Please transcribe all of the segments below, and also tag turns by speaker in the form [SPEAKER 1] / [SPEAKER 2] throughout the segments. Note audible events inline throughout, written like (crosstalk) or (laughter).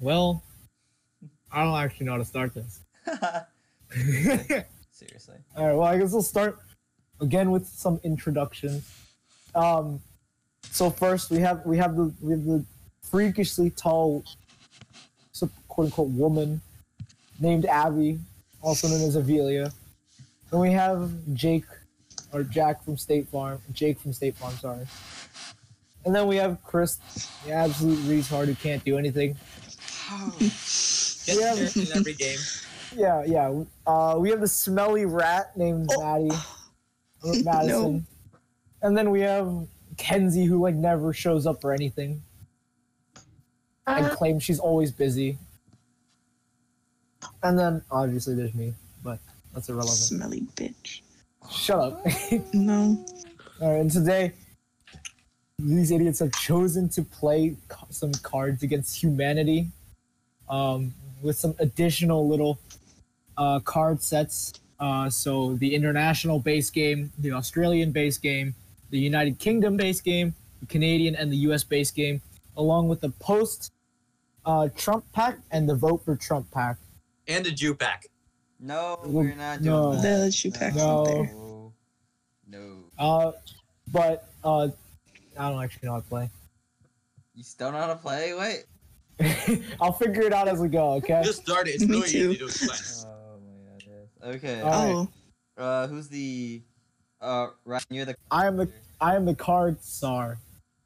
[SPEAKER 1] well, I don't actually know how to start this.
[SPEAKER 2] Seriously.
[SPEAKER 1] All right. Well, I guess we'll start again with some introduction. Um, so first we have we have the we have the freakishly tall, so- quote unquote woman, named Abby, also known as Avelia. Then we have Jake, or Jack from State Farm. Jake from State Farm, sorry. And then we have Chris, the absolute retard who can't do anything.
[SPEAKER 2] Gets
[SPEAKER 1] Yeah.
[SPEAKER 2] nerfed in every game.
[SPEAKER 1] Yeah, yeah. Uh, we have the smelly rat named Maddie or Madison, and then we have Kenzie, who like never shows up for anything and claims she's always busy. And then obviously there's me, but that's irrelevant.
[SPEAKER 3] Smelly bitch.
[SPEAKER 1] Shut up.
[SPEAKER 3] No.
[SPEAKER 1] All right, and today these idiots have chosen to play ca- some cards against humanity um, with some additional little uh, card sets. Uh, so the international base game, the Australian base game, the United Kingdom base game, the Canadian and the U.S. base game, along with the post uh, Trump pack and the vote for Trump pack.
[SPEAKER 4] and a
[SPEAKER 1] (laughs)
[SPEAKER 4] Jew pack.
[SPEAKER 2] (laughs) No,
[SPEAKER 1] No.
[SPEAKER 2] we're not doing
[SPEAKER 1] No.
[SPEAKER 2] that.
[SPEAKER 3] They let you pack
[SPEAKER 1] No.
[SPEAKER 3] something.
[SPEAKER 2] No. No.
[SPEAKER 1] Uh, but uh, I don't actually know how to play. (laughs)
[SPEAKER 2] You still know how to play? Wait.
[SPEAKER 1] I'll figure it out as we go. Okay.
[SPEAKER 4] Just start it. It's
[SPEAKER 3] Me
[SPEAKER 4] really
[SPEAKER 3] too.
[SPEAKER 4] easy to explain.
[SPEAKER 2] Oh my goodness. Okay.
[SPEAKER 1] All right.
[SPEAKER 3] Oh,
[SPEAKER 2] Uh, who's the? Uh, Ryan, you're the.
[SPEAKER 1] I am the I am the card czar.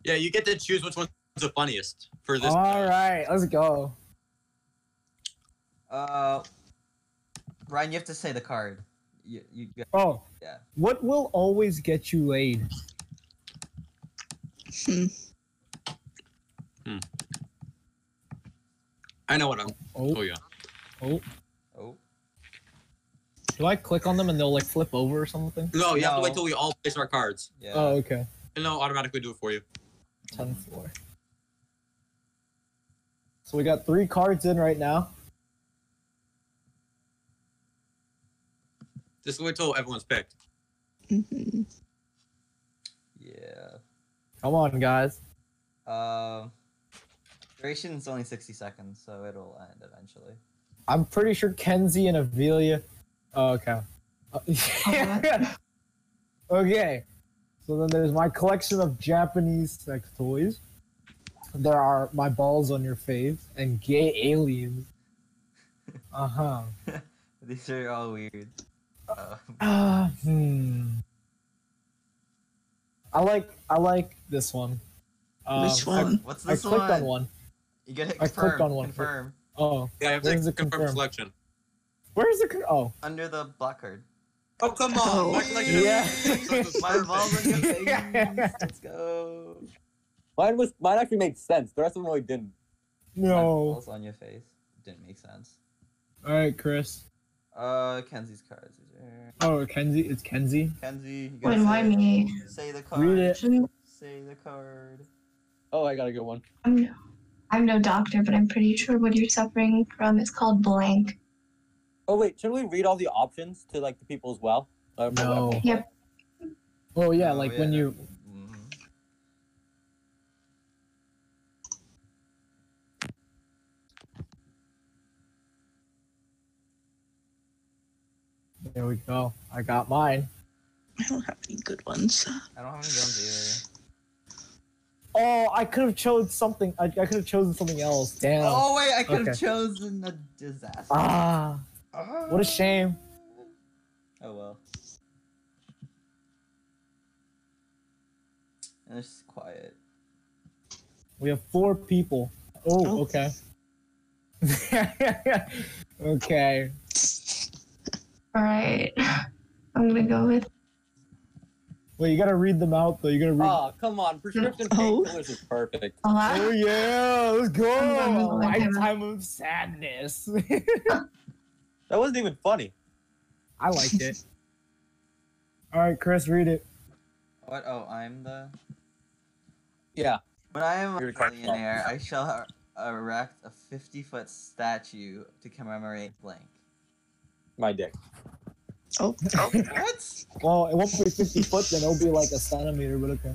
[SPEAKER 4] Yeah, you get to choose which one's the funniest for this.
[SPEAKER 1] All right, let's go.
[SPEAKER 2] Uh, Ryan, you have to say the card. You, you got-
[SPEAKER 1] Oh,
[SPEAKER 2] Yeah.
[SPEAKER 1] what will always get you laid?
[SPEAKER 3] hmm.
[SPEAKER 4] I know what I'm.
[SPEAKER 1] Oh,
[SPEAKER 4] Oh yeah.
[SPEAKER 1] oh.
[SPEAKER 2] oh.
[SPEAKER 1] Do I click on them and they'll like flip over or something?
[SPEAKER 4] No, you have to
[SPEAKER 2] No.
[SPEAKER 4] wait till we all place our cards,
[SPEAKER 2] Yeah.
[SPEAKER 1] Oh, okay.
[SPEAKER 4] and they'll automatically do it for you.
[SPEAKER 1] Ten four. So we got three cards in right now.
[SPEAKER 4] Just wait till everyone's picked.
[SPEAKER 3] Mhm.
[SPEAKER 2] Yeah.
[SPEAKER 1] Come on, guys.
[SPEAKER 2] Uh, duration's only sixty seconds, so it'll end eventually. (laughs)
[SPEAKER 1] I'm pretty sure Kenzie and Avelia. Oh, okay. (laughs) Uh, okay. So then there's my collection of Japanese sex toys. There are my balls on your face and gay aliens. Uh huh.
[SPEAKER 2] These are all weird. Uh, (laughs)
[SPEAKER 1] Ah, hmm. I like I like this one. Um,
[SPEAKER 3] Which one?
[SPEAKER 2] what's
[SPEAKER 1] I, I
[SPEAKER 2] this
[SPEAKER 1] clicked
[SPEAKER 2] one?
[SPEAKER 1] on one.
[SPEAKER 2] You gotta
[SPEAKER 1] I clicked
[SPEAKER 2] confirm.
[SPEAKER 1] on one.
[SPEAKER 2] Confirm
[SPEAKER 1] Oh,
[SPEAKER 4] Yeah, I have
[SPEAKER 1] When's
[SPEAKER 4] to
[SPEAKER 1] it
[SPEAKER 4] confirm
[SPEAKER 1] confirmed?
[SPEAKER 4] selection.
[SPEAKER 1] where's the? con- Oh,
[SPEAKER 2] under the black card.
[SPEAKER 4] Oh come on!
[SPEAKER 3] Oh.
[SPEAKER 4] My selection
[SPEAKER 2] (laughs)
[SPEAKER 4] is-
[SPEAKER 1] Yeah. (laughs)
[SPEAKER 2] My (laughs) balls and your
[SPEAKER 1] Yeah.
[SPEAKER 2] face. Let's go.
[SPEAKER 5] Mine was mine actually made sense. The rest of them really didn't.
[SPEAKER 2] My
[SPEAKER 1] no.
[SPEAKER 2] balls on your face. Didn't make sense.
[SPEAKER 1] All right, Chris.
[SPEAKER 2] Uh, Kenzie's cards. is there.
[SPEAKER 1] Oh, Kenzie. It's Kenzie.
[SPEAKER 2] Kenzie, you gotta
[SPEAKER 6] Wait, why
[SPEAKER 2] say,
[SPEAKER 6] me?
[SPEAKER 2] say the card.
[SPEAKER 1] Read it.
[SPEAKER 6] Shouldn't-
[SPEAKER 2] Say the card.
[SPEAKER 5] Oh, I got a good one.
[SPEAKER 6] I'm, I'm no doctor, but I'm pretty sure what you're suffering from is called blank.
[SPEAKER 5] Oh wait, should we read all the options to like the people as well? Uh,
[SPEAKER 1] No.
[SPEAKER 6] Yep.
[SPEAKER 1] Oh yeah,
[SPEAKER 2] Oh,
[SPEAKER 1] like when
[SPEAKER 2] yeah.
[SPEAKER 1] you
[SPEAKER 2] Mhm.
[SPEAKER 1] There we go. I got mine.
[SPEAKER 3] I don't have any good ones. (laughs)
[SPEAKER 2] I don't have any guns
[SPEAKER 1] Oh, I could have chosen something. I, I could have chosen something else. Damn.
[SPEAKER 2] either. Oh wait, I could have
[SPEAKER 1] Okay.
[SPEAKER 2] chosen a disaster.
[SPEAKER 1] Ah, what a shame.
[SPEAKER 2] Oh well. And it's just quiet.
[SPEAKER 1] We have four people.
[SPEAKER 3] Oh.
[SPEAKER 1] Oh, okay. (laughs) okay.
[SPEAKER 6] All right. (laughs) I'm gonna go with
[SPEAKER 1] Well, you gotta read them out though. You gotta read.
[SPEAKER 5] Oh, come
[SPEAKER 1] (laughs)
[SPEAKER 5] on. Prescription
[SPEAKER 3] Oh.
[SPEAKER 5] painkillers is perfect.
[SPEAKER 6] a lot.
[SPEAKER 1] Oh yeah, let's go!
[SPEAKER 6] I'm
[SPEAKER 1] A
[SPEAKER 6] going with him.
[SPEAKER 1] lifetime of sadness. (laughs)
[SPEAKER 5] That wasn't even funny.
[SPEAKER 1] I liked it. All right, Chris, read it.
[SPEAKER 2] What? Oh, I'm the.
[SPEAKER 5] Yeah.
[SPEAKER 2] When I am
[SPEAKER 5] You're
[SPEAKER 2] a
[SPEAKER 5] the correct
[SPEAKER 2] millionaire, I shall er- erect a 50 foot statue to commemorate blank.
[SPEAKER 5] My dick.
[SPEAKER 3] Oh,
[SPEAKER 5] (laughs)
[SPEAKER 2] What?
[SPEAKER 1] Well, it won't be 50 foot, then it'll be like a centimeter, but okay.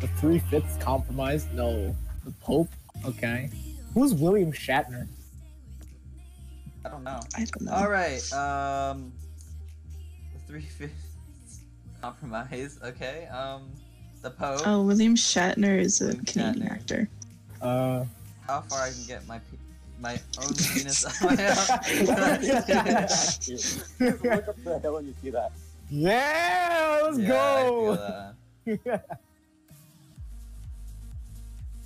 [SPEAKER 1] The three fifths compromise? No. The Pope? Okay. Who's William Shatner?
[SPEAKER 2] I don't know.
[SPEAKER 3] I don't know.
[SPEAKER 2] All right. Um, three fifths compromise. Okay. Um, the Pope.
[SPEAKER 3] Oh, William Shatner is a
[SPEAKER 2] William
[SPEAKER 3] Canadian
[SPEAKER 2] Shatner.
[SPEAKER 3] actor.
[SPEAKER 1] Uh, (laughs)
[SPEAKER 2] How far I can get my pe- my own penis on my
[SPEAKER 1] (laughs)
[SPEAKER 2] own. (laughs)
[SPEAKER 5] Look up the hill and you see that.
[SPEAKER 1] yeah, let's
[SPEAKER 2] Yeah, I feel
[SPEAKER 1] go.
[SPEAKER 2] that.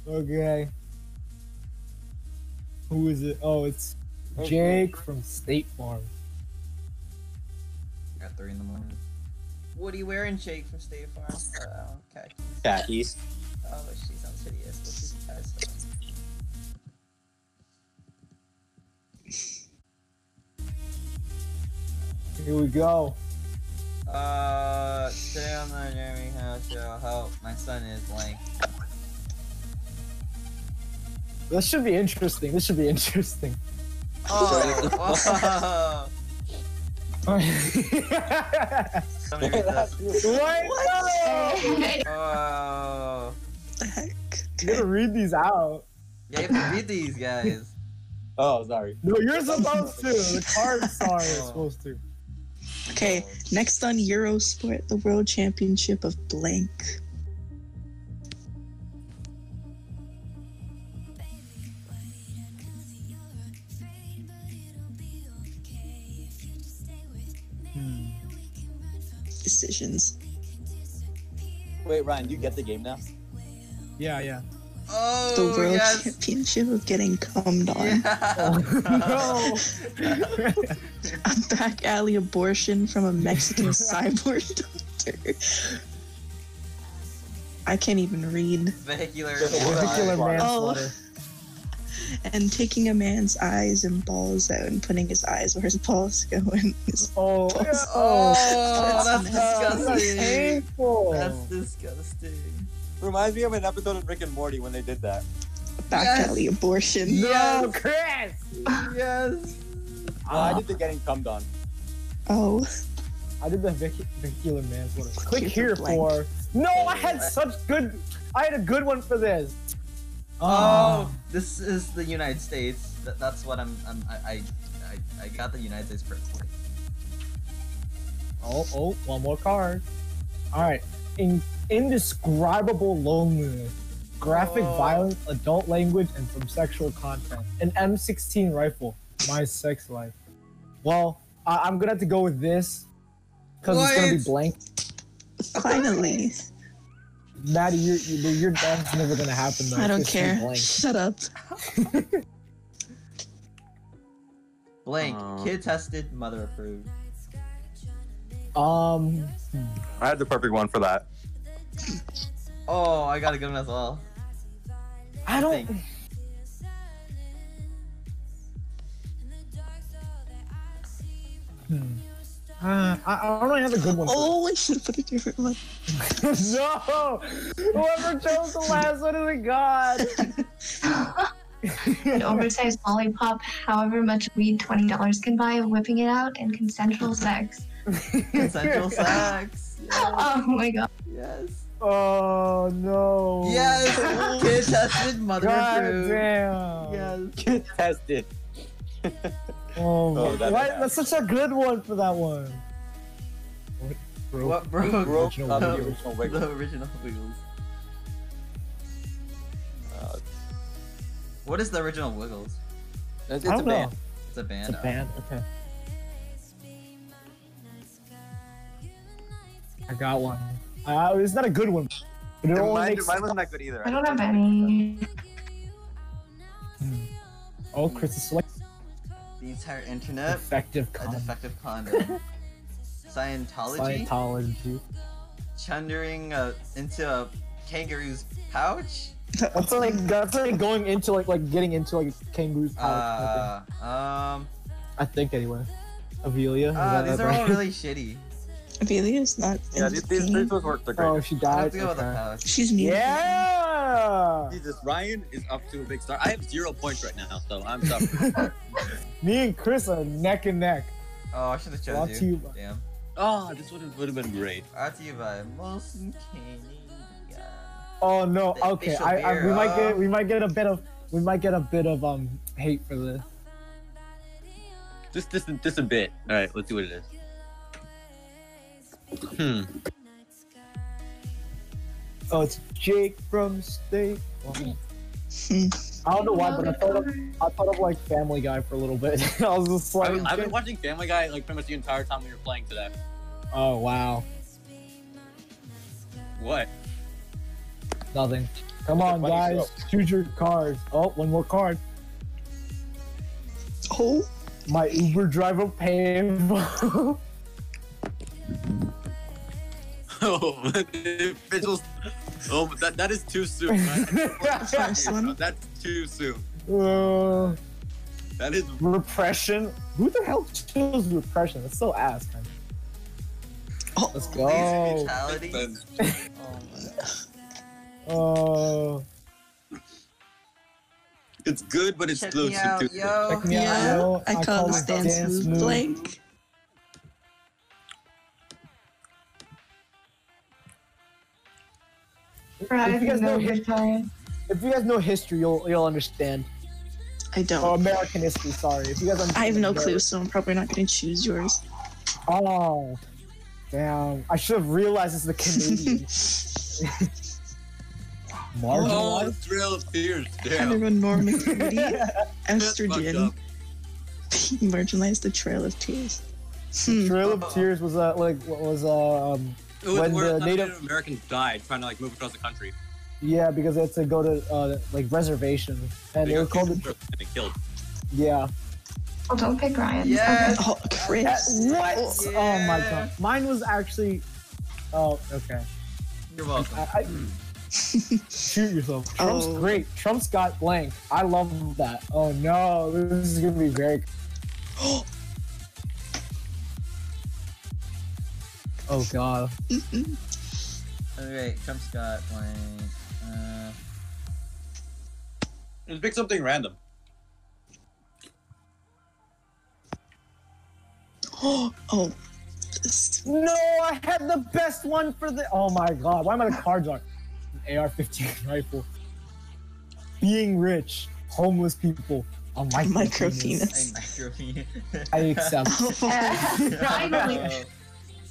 [SPEAKER 1] Okay. Who is it? Oh, it's
[SPEAKER 5] Hey,
[SPEAKER 1] Jake from State Farm.
[SPEAKER 2] At three in the morning. What are you wearing, Jake from State Farm? Oh, okay.
[SPEAKER 5] Cat East.
[SPEAKER 2] Oh, she sounds hideous. What is it, guys?
[SPEAKER 1] Here we go.
[SPEAKER 2] Uh, today on the Jeremy House Show, help, my son is blank.
[SPEAKER 1] This should be interesting. This should be
[SPEAKER 2] (laughs)
[SPEAKER 1] interesting. (laughs)
[SPEAKER 2] Oh, (laughs) whoa.
[SPEAKER 1] what?
[SPEAKER 2] Somebody read that.
[SPEAKER 3] (laughs)
[SPEAKER 2] Oh,
[SPEAKER 3] the heck?
[SPEAKER 1] I'm gonna read these out.
[SPEAKER 2] yeah, you have to read these guys.
[SPEAKER 5] Oh, sorry.
[SPEAKER 1] No, you're supposed to. The cards are supposed to.
[SPEAKER 3] Okay, next on Eurosport, the World Championship of Blank.
[SPEAKER 1] Hmm.
[SPEAKER 3] Decisions.
[SPEAKER 5] Wait, Ryan, do you get the game now?
[SPEAKER 1] Yeah, yeah.
[SPEAKER 2] Oh,
[SPEAKER 3] The World
[SPEAKER 2] yes.
[SPEAKER 3] Championship of Getting Cummed On.
[SPEAKER 1] (laughs) no.
[SPEAKER 2] Yeah. (laughs)
[SPEAKER 3] (laughs) A back alley abortion from
[SPEAKER 2] (laughs)
[SPEAKER 3] a Mexican cyborg doctor. I can't even read.
[SPEAKER 2] Vehicular.
[SPEAKER 1] Vehicular
[SPEAKER 5] Oh.
[SPEAKER 1] manslaughter.
[SPEAKER 3] and taking a man's eyes and balls out and putting his eyes where his balls go and his
[SPEAKER 1] Oh,
[SPEAKER 3] Oh,
[SPEAKER 1] yeah.
[SPEAKER 2] Oh, that's
[SPEAKER 1] Oh,
[SPEAKER 3] That's
[SPEAKER 1] that's
[SPEAKER 2] disgusting.
[SPEAKER 1] painful.
[SPEAKER 2] That's disgusting.
[SPEAKER 5] Reminds me of an episode of Rick and Morty when they did that.
[SPEAKER 3] back
[SPEAKER 2] Yes.
[SPEAKER 3] alley abortion.
[SPEAKER 1] no, Chris.
[SPEAKER 2] Yes.
[SPEAKER 5] No, I did the getting cummed on.
[SPEAKER 3] Oh,
[SPEAKER 1] I did the vehic- vehicular manslaughter. Click
[SPEAKER 3] Click
[SPEAKER 1] here
[SPEAKER 3] here
[SPEAKER 1] for.
[SPEAKER 3] blank.
[SPEAKER 1] No, I had such good. I had a good one for this. Ah.
[SPEAKER 2] Oh, this is the United States. That, that's what I'm. I'm I, I, I, I got the United States pretty quick.
[SPEAKER 1] Oh, oh, one more card. All right. In- indescribable loneliness, graphic
[SPEAKER 2] Oh.
[SPEAKER 1] violence, adult language, and some sexual content. An M16 rifle. My sex life. Well, I- I'm gonna have to go with this because it's gonna be
[SPEAKER 2] What?
[SPEAKER 1] blank.
[SPEAKER 3] finally.
[SPEAKER 1] Maddie, you're, you your that's never gonna happen though.
[SPEAKER 3] I
[SPEAKER 1] It's
[SPEAKER 3] don't
[SPEAKER 1] just gonna
[SPEAKER 3] care.
[SPEAKER 1] be Blank.
[SPEAKER 3] Shut up.
[SPEAKER 2] Blank.
[SPEAKER 4] Uh.
[SPEAKER 2] Kid tested, mother approved.
[SPEAKER 1] Um,
[SPEAKER 4] I had the perfect one for that.
[SPEAKER 2] Oh, I got a good one as
[SPEAKER 1] (laughs)
[SPEAKER 2] well.
[SPEAKER 1] I don't.
[SPEAKER 2] think.
[SPEAKER 1] Hmm. Uh, I, I don't really have a good one. for
[SPEAKER 3] Oh, I should have put a different one.
[SPEAKER 1] this. (laughs) no! Whoever chose the last one is a god!
[SPEAKER 6] An (laughs) oversized lollipop, however much weed twenty dollars can buy, whipping it out, and consensual sex. (laughs)
[SPEAKER 1] (laughs)
[SPEAKER 2] Consensual sex. Yes.
[SPEAKER 6] Oh my god.
[SPEAKER 2] Yes.
[SPEAKER 1] Oh no.
[SPEAKER 2] Yes. Kid tested, mother
[SPEAKER 1] God
[SPEAKER 2] approved.
[SPEAKER 1] damn.
[SPEAKER 2] Yes.
[SPEAKER 5] (laughs) Get tested.
[SPEAKER 1] Oh,
[SPEAKER 5] Oh,
[SPEAKER 1] my-
[SPEAKER 5] that-
[SPEAKER 1] why- that's such a good one for that one. What broke?
[SPEAKER 2] What broke?
[SPEAKER 5] Broke
[SPEAKER 1] Original
[SPEAKER 5] up the
[SPEAKER 2] Wiggles.
[SPEAKER 5] original
[SPEAKER 2] (laughs)
[SPEAKER 5] Wiggles.
[SPEAKER 2] The original Wiggles.
[SPEAKER 5] Uh,
[SPEAKER 2] What is the original Wiggles?
[SPEAKER 5] it's, it's
[SPEAKER 1] I
[SPEAKER 5] a
[SPEAKER 1] don't know.
[SPEAKER 5] band.
[SPEAKER 2] It's a band.
[SPEAKER 1] It's a band. Okay. I got one. Uh, it's not a good one. But it only
[SPEAKER 4] Mine,
[SPEAKER 1] makes.
[SPEAKER 4] mine wasn't that good either.
[SPEAKER 6] I don't have any.
[SPEAKER 1] Oh, Chris is like
[SPEAKER 2] The entire internet.
[SPEAKER 1] effective
[SPEAKER 2] A
[SPEAKER 1] con-
[SPEAKER 2] defective
[SPEAKER 1] (laughs)
[SPEAKER 2] condom. Scientology. (laughs)
[SPEAKER 1] Scientology.
[SPEAKER 2] Chundering uh, into a kangaroo's pouch.
[SPEAKER 1] That's like that's like going into like like getting into like a kangaroo's pouch.
[SPEAKER 2] Uh, um.
[SPEAKER 1] I, think. I think anyway. Avelia. is
[SPEAKER 2] Ah,
[SPEAKER 1] that
[SPEAKER 2] these
[SPEAKER 1] that
[SPEAKER 2] are all
[SPEAKER 1] brand? (laughs)
[SPEAKER 2] really shitty.
[SPEAKER 3] Amelia's not.
[SPEAKER 5] Yeah,
[SPEAKER 3] in
[SPEAKER 5] these,
[SPEAKER 3] this
[SPEAKER 5] these,
[SPEAKER 3] game.
[SPEAKER 5] these ones worked. They're
[SPEAKER 1] (laughs)
[SPEAKER 5] great.
[SPEAKER 1] Oh, she
[SPEAKER 2] I
[SPEAKER 1] died.
[SPEAKER 2] have to go with a
[SPEAKER 1] okay.
[SPEAKER 2] pouch.
[SPEAKER 3] She's me.
[SPEAKER 1] Yeah.
[SPEAKER 5] Jesus, Ryan is up to a big start. I have zero points right now, so I'm stuck.
[SPEAKER 1] Me and Chris are neck and neck.
[SPEAKER 2] Oh, I should have
[SPEAKER 1] Brought
[SPEAKER 2] chose
[SPEAKER 1] to
[SPEAKER 2] you.
[SPEAKER 1] you by-
[SPEAKER 2] Damn.
[SPEAKER 5] oh, this would have would have been great.
[SPEAKER 2] Brought to you by Molson Canadian.
[SPEAKER 1] Oh no.
[SPEAKER 2] The
[SPEAKER 1] Okay.
[SPEAKER 2] official
[SPEAKER 1] Oh, I, I we
[SPEAKER 2] beer,
[SPEAKER 1] might
[SPEAKER 2] uh,
[SPEAKER 1] get we might get a bit of we might get a bit of um hate for this.
[SPEAKER 4] Just, just, just a bit. All right, let's see what it is. Hmm.
[SPEAKER 1] Oh, it's Jake from State. Farm.
[SPEAKER 3] Hmm.
[SPEAKER 1] I don't know why, but I thought of, I thought of like Family Guy for a little bit. (laughs) I was just
[SPEAKER 4] I
[SPEAKER 1] like,
[SPEAKER 4] have been watching Family Guy like pretty much the entire time we were playing today.
[SPEAKER 1] oh wow,
[SPEAKER 4] What? (laughs)
[SPEAKER 1] nothing. Come on,
[SPEAKER 5] funny
[SPEAKER 1] guys, choose your cards. Oh, one more card.
[SPEAKER 3] Oh,
[SPEAKER 1] My Uber driver Pam.
[SPEAKER 4] oh, Vigil's. Oh, but that, that is too
[SPEAKER 3] (laughs)
[SPEAKER 4] soon. man.
[SPEAKER 3] the first one.
[SPEAKER 4] That's too soon.
[SPEAKER 1] (laughs) Uh,
[SPEAKER 4] That is.
[SPEAKER 1] repression. Who the hell chose repression? That's so ass. man.
[SPEAKER 3] Oh.
[SPEAKER 1] Let's
[SPEAKER 2] Police
[SPEAKER 1] go.
[SPEAKER 2] brutality.
[SPEAKER 1] Uh,
[SPEAKER 2] Oh
[SPEAKER 3] Oh,
[SPEAKER 4] It's good, but it's
[SPEAKER 2] Check
[SPEAKER 4] close
[SPEAKER 2] me out,
[SPEAKER 4] to too soon.
[SPEAKER 2] yo.
[SPEAKER 1] check me out,
[SPEAKER 3] Yeah,
[SPEAKER 1] yo.
[SPEAKER 3] I call this
[SPEAKER 1] it
[SPEAKER 3] dance move blank.
[SPEAKER 1] If you guys know
[SPEAKER 6] Right,
[SPEAKER 1] his- If you guys know history, you'll you'll understand.
[SPEAKER 3] I
[SPEAKER 1] Or
[SPEAKER 3] don't.
[SPEAKER 1] American history, sorry. If you guys
[SPEAKER 3] I have no
[SPEAKER 1] understand-
[SPEAKER 3] clue, so I'm probably not going to choose yours.
[SPEAKER 1] Oh, damn! I should have realized it's the Canadian.
[SPEAKER 3] (laughs)
[SPEAKER 1] (laughs)
[SPEAKER 4] Oh,
[SPEAKER 1] Marginalized.
[SPEAKER 4] Trail of Tears.
[SPEAKER 3] Kind
[SPEAKER 4] Damn.
[SPEAKER 3] of a Norman
[SPEAKER 1] (laughs)
[SPEAKER 3] community.
[SPEAKER 4] That's fucked
[SPEAKER 3] Estrogen. (laughs)
[SPEAKER 4] up.
[SPEAKER 3] Marginalized the Trail of Tears. Hmm.
[SPEAKER 1] Trail of Tears was a like what was a um,
[SPEAKER 4] It was
[SPEAKER 1] When
[SPEAKER 4] where
[SPEAKER 1] the
[SPEAKER 4] Native,
[SPEAKER 1] Native-
[SPEAKER 4] Americans died trying to like move across the country.
[SPEAKER 1] yeah because they had to go to uh, like reservations and
[SPEAKER 4] They
[SPEAKER 1] they were
[SPEAKER 4] got
[SPEAKER 1] called
[SPEAKER 4] kicked across and they killed.
[SPEAKER 1] yeah.
[SPEAKER 6] Oh, don't pick Ryan.
[SPEAKER 2] Yes.
[SPEAKER 3] Oh, Chris.
[SPEAKER 1] What? Oh my
[SPEAKER 2] Yeah.
[SPEAKER 1] god! Mine was actually. Oh okay.
[SPEAKER 2] You're welcome.
[SPEAKER 1] I, I, shoot yourself. Trump's
[SPEAKER 3] Oh.
[SPEAKER 1] great. Trump's got blank. I love that. Oh no, this is gonna be great. (gasps) oh god.
[SPEAKER 3] Mm-mm.
[SPEAKER 2] Okay, Trump's got playing. Uh,
[SPEAKER 4] Just pick something random.
[SPEAKER 3] (gasps) Oh, (laughs) this.
[SPEAKER 1] No, I had the best one for the. Oh my god, why am I the card jar? An AR-15 (laughs) rifle. Being rich, homeless people, a micropenis.
[SPEAKER 3] Micropenis.
[SPEAKER 2] I micro
[SPEAKER 1] I
[SPEAKER 2] (laughs)
[SPEAKER 1] (laughs) accept.
[SPEAKER 3] Oh,
[SPEAKER 6] Finally.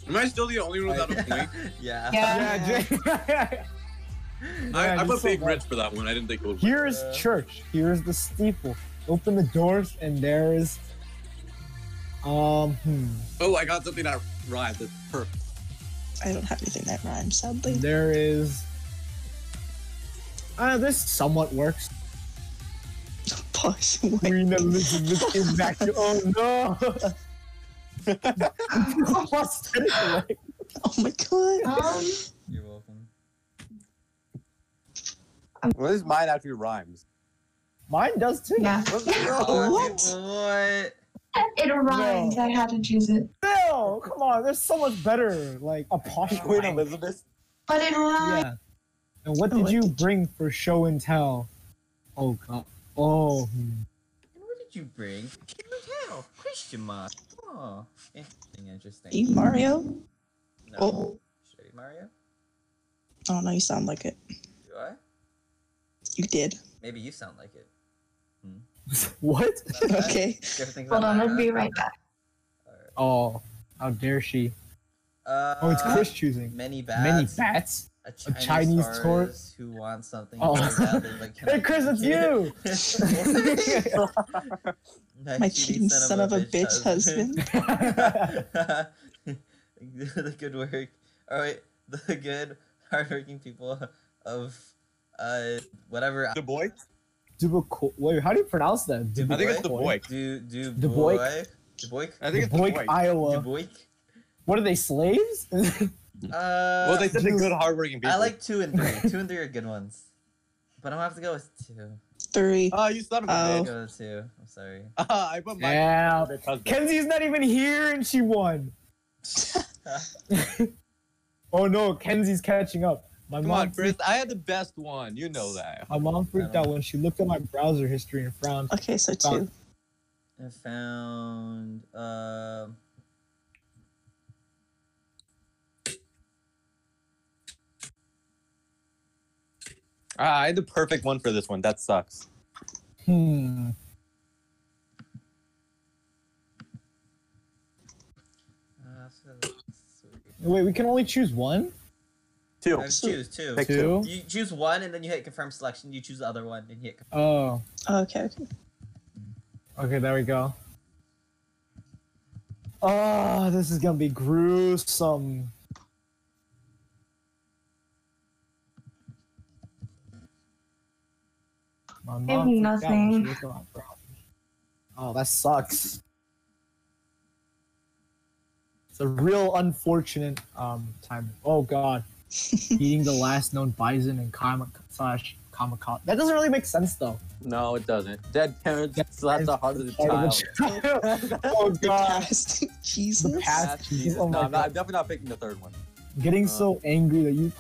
[SPEAKER 4] Am I still the only one without
[SPEAKER 1] (laughs)
[SPEAKER 4] a point?
[SPEAKER 2] Oh, Yeah.
[SPEAKER 1] yeah, Jay- (laughs)
[SPEAKER 4] I,
[SPEAKER 1] Yeah,
[SPEAKER 4] I
[SPEAKER 1] you
[SPEAKER 4] put
[SPEAKER 1] said
[SPEAKER 4] big
[SPEAKER 1] that.
[SPEAKER 4] reds for that one. I didn't think it would. win.
[SPEAKER 1] Here is
[SPEAKER 2] Uh,
[SPEAKER 1] church. Here is the steeple. Open the doors, and there is. Um. Hmm.
[SPEAKER 4] Oh, I got something that rhymed. That's perfect.
[SPEAKER 3] I don't have anything that rhymes, sadly.
[SPEAKER 1] There is. Ah, this somewhat works.
[SPEAKER 3] (laughs) Posh white.
[SPEAKER 1] Queen Elizabeth is back. to- Oh no! What's this like?
[SPEAKER 3] Oh my god.
[SPEAKER 6] Um,
[SPEAKER 2] You're welcome.
[SPEAKER 5] What is mine actually rhymes?
[SPEAKER 1] Mine does too.
[SPEAKER 6] yeah.
[SPEAKER 3] What?
[SPEAKER 2] What?
[SPEAKER 6] It rhymes. I had to choose it.
[SPEAKER 1] Still, come on. There's so much better. Like a posh
[SPEAKER 5] Queen
[SPEAKER 1] wine.
[SPEAKER 5] Elizabeth.
[SPEAKER 6] But it rhymes.
[SPEAKER 1] Yeah. And what
[SPEAKER 3] Oh,
[SPEAKER 1] did
[SPEAKER 3] what
[SPEAKER 1] you
[SPEAKER 3] did
[SPEAKER 1] bring for show and tell? Oh god. Oh. hmm. (laughs)
[SPEAKER 2] What did you bring? Can you tell? Question mark. Oh, interesting, interesting.
[SPEAKER 3] You Mario?
[SPEAKER 2] No.
[SPEAKER 3] Oh.
[SPEAKER 2] Should I be Mario?
[SPEAKER 3] Oh no, you sound like it.
[SPEAKER 2] Do I?
[SPEAKER 3] You did.
[SPEAKER 2] Maybe you sound like
[SPEAKER 3] (laughs)
[SPEAKER 2] it.
[SPEAKER 1] What?
[SPEAKER 3] Okay.
[SPEAKER 2] Different things about
[SPEAKER 6] Hold on,
[SPEAKER 2] Mario.
[SPEAKER 6] I'll be right back.
[SPEAKER 1] Oh, how dare she?
[SPEAKER 2] Uh,
[SPEAKER 1] Oh, it's Chris choosing.
[SPEAKER 2] Many bats.
[SPEAKER 1] Many bats.
[SPEAKER 2] A Chinese,
[SPEAKER 1] Chinese
[SPEAKER 2] tourist,
[SPEAKER 1] tour-
[SPEAKER 2] who wants something.
[SPEAKER 1] Oh.
[SPEAKER 2] goes out there, like,
[SPEAKER 1] Hey, Chris, it's
[SPEAKER 2] (laughs)
[SPEAKER 1] you. (laughs)
[SPEAKER 3] (laughs) My cheating son of a bitch husband.
[SPEAKER 2] (laughs) the good work, or wait, the good hardworking people of uh whatever.
[SPEAKER 4] The boy.
[SPEAKER 1] Dubois. Wait, how do you pronounce that?
[SPEAKER 4] I think it's the boy.
[SPEAKER 2] Do do
[SPEAKER 1] Du Bois.
[SPEAKER 2] Du Bois.
[SPEAKER 4] I think it's the
[SPEAKER 1] Dubois,
[SPEAKER 4] boy.
[SPEAKER 5] uh,
[SPEAKER 2] Du
[SPEAKER 1] Iowa.
[SPEAKER 2] Bois.
[SPEAKER 1] What are they (laughs) slaves?
[SPEAKER 2] Uh,
[SPEAKER 4] Well, they said they're
[SPEAKER 1] Dude.
[SPEAKER 4] good, hardworking people.
[SPEAKER 2] I like two and three. two and three are good ones, but I'm gonna have to go with two.
[SPEAKER 3] (laughs) Three.
[SPEAKER 4] Oh, you son of a
[SPEAKER 2] I'll
[SPEAKER 3] Oh.
[SPEAKER 4] bitch. (laughs)
[SPEAKER 2] go with two. I'm sorry.
[SPEAKER 4] Uh, I put my (laughs)
[SPEAKER 1] yeah.
[SPEAKER 4] favorite husband.
[SPEAKER 1] Kenzie's not even here, and she won. (laughs) oh no, Kenzie's catching up. My
[SPEAKER 4] Come
[SPEAKER 1] mom.
[SPEAKER 4] on, Chris.
[SPEAKER 1] freaked-
[SPEAKER 4] I had the best one. You know that.
[SPEAKER 1] My mom freaked out when she looked at my browser history and frowned.
[SPEAKER 3] Okay, so two.
[SPEAKER 2] I found um
[SPEAKER 4] Ah, I had the perfect one for this one. That sucks.
[SPEAKER 1] Hmm.
[SPEAKER 2] Uh, so that's weird.
[SPEAKER 1] Wait, we can only choose one?
[SPEAKER 5] Two.
[SPEAKER 2] Uh, choose two.
[SPEAKER 5] Pick
[SPEAKER 1] Two?
[SPEAKER 2] You choose one, and then you hit confirm selection. You choose the other one, and you hit. Confirm.
[SPEAKER 1] Oh.
[SPEAKER 3] Okay, okay.
[SPEAKER 1] Okay, there we go. Oh, this is gonna be gruesome. My mom took that when she
[SPEAKER 6] nothing.
[SPEAKER 1] was going out for help. Oh, that sucks. It's a real unfortunate um time. Oh god, eating the last known bison and comic slash kamikaze. That doesn't really make sense though.
[SPEAKER 5] No, it doesn't. Dead parents
[SPEAKER 1] Dead
[SPEAKER 5] slapped the heart of the child.
[SPEAKER 1] (laughs)
[SPEAKER 2] (laughs)
[SPEAKER 1] oh god.
[SPEAKER 3] Past (laughs) Jesus.
[SPEAKER 1] The
[SPEAKER 3] (laughs)
[SPEAKER 1] past-
[SPEAKER 5] That's
[SPEAKER 1] Jesus,
[SPEAKER 5] Ah, Jesus.
[SPEAKER 1] oh
[SPEAKER 5] no,
[SPEAKER 1] my
[SPEAKER 5] I'm, not, I'm definitely not picking the third one.
[SPEAKER 1] getting so angry that you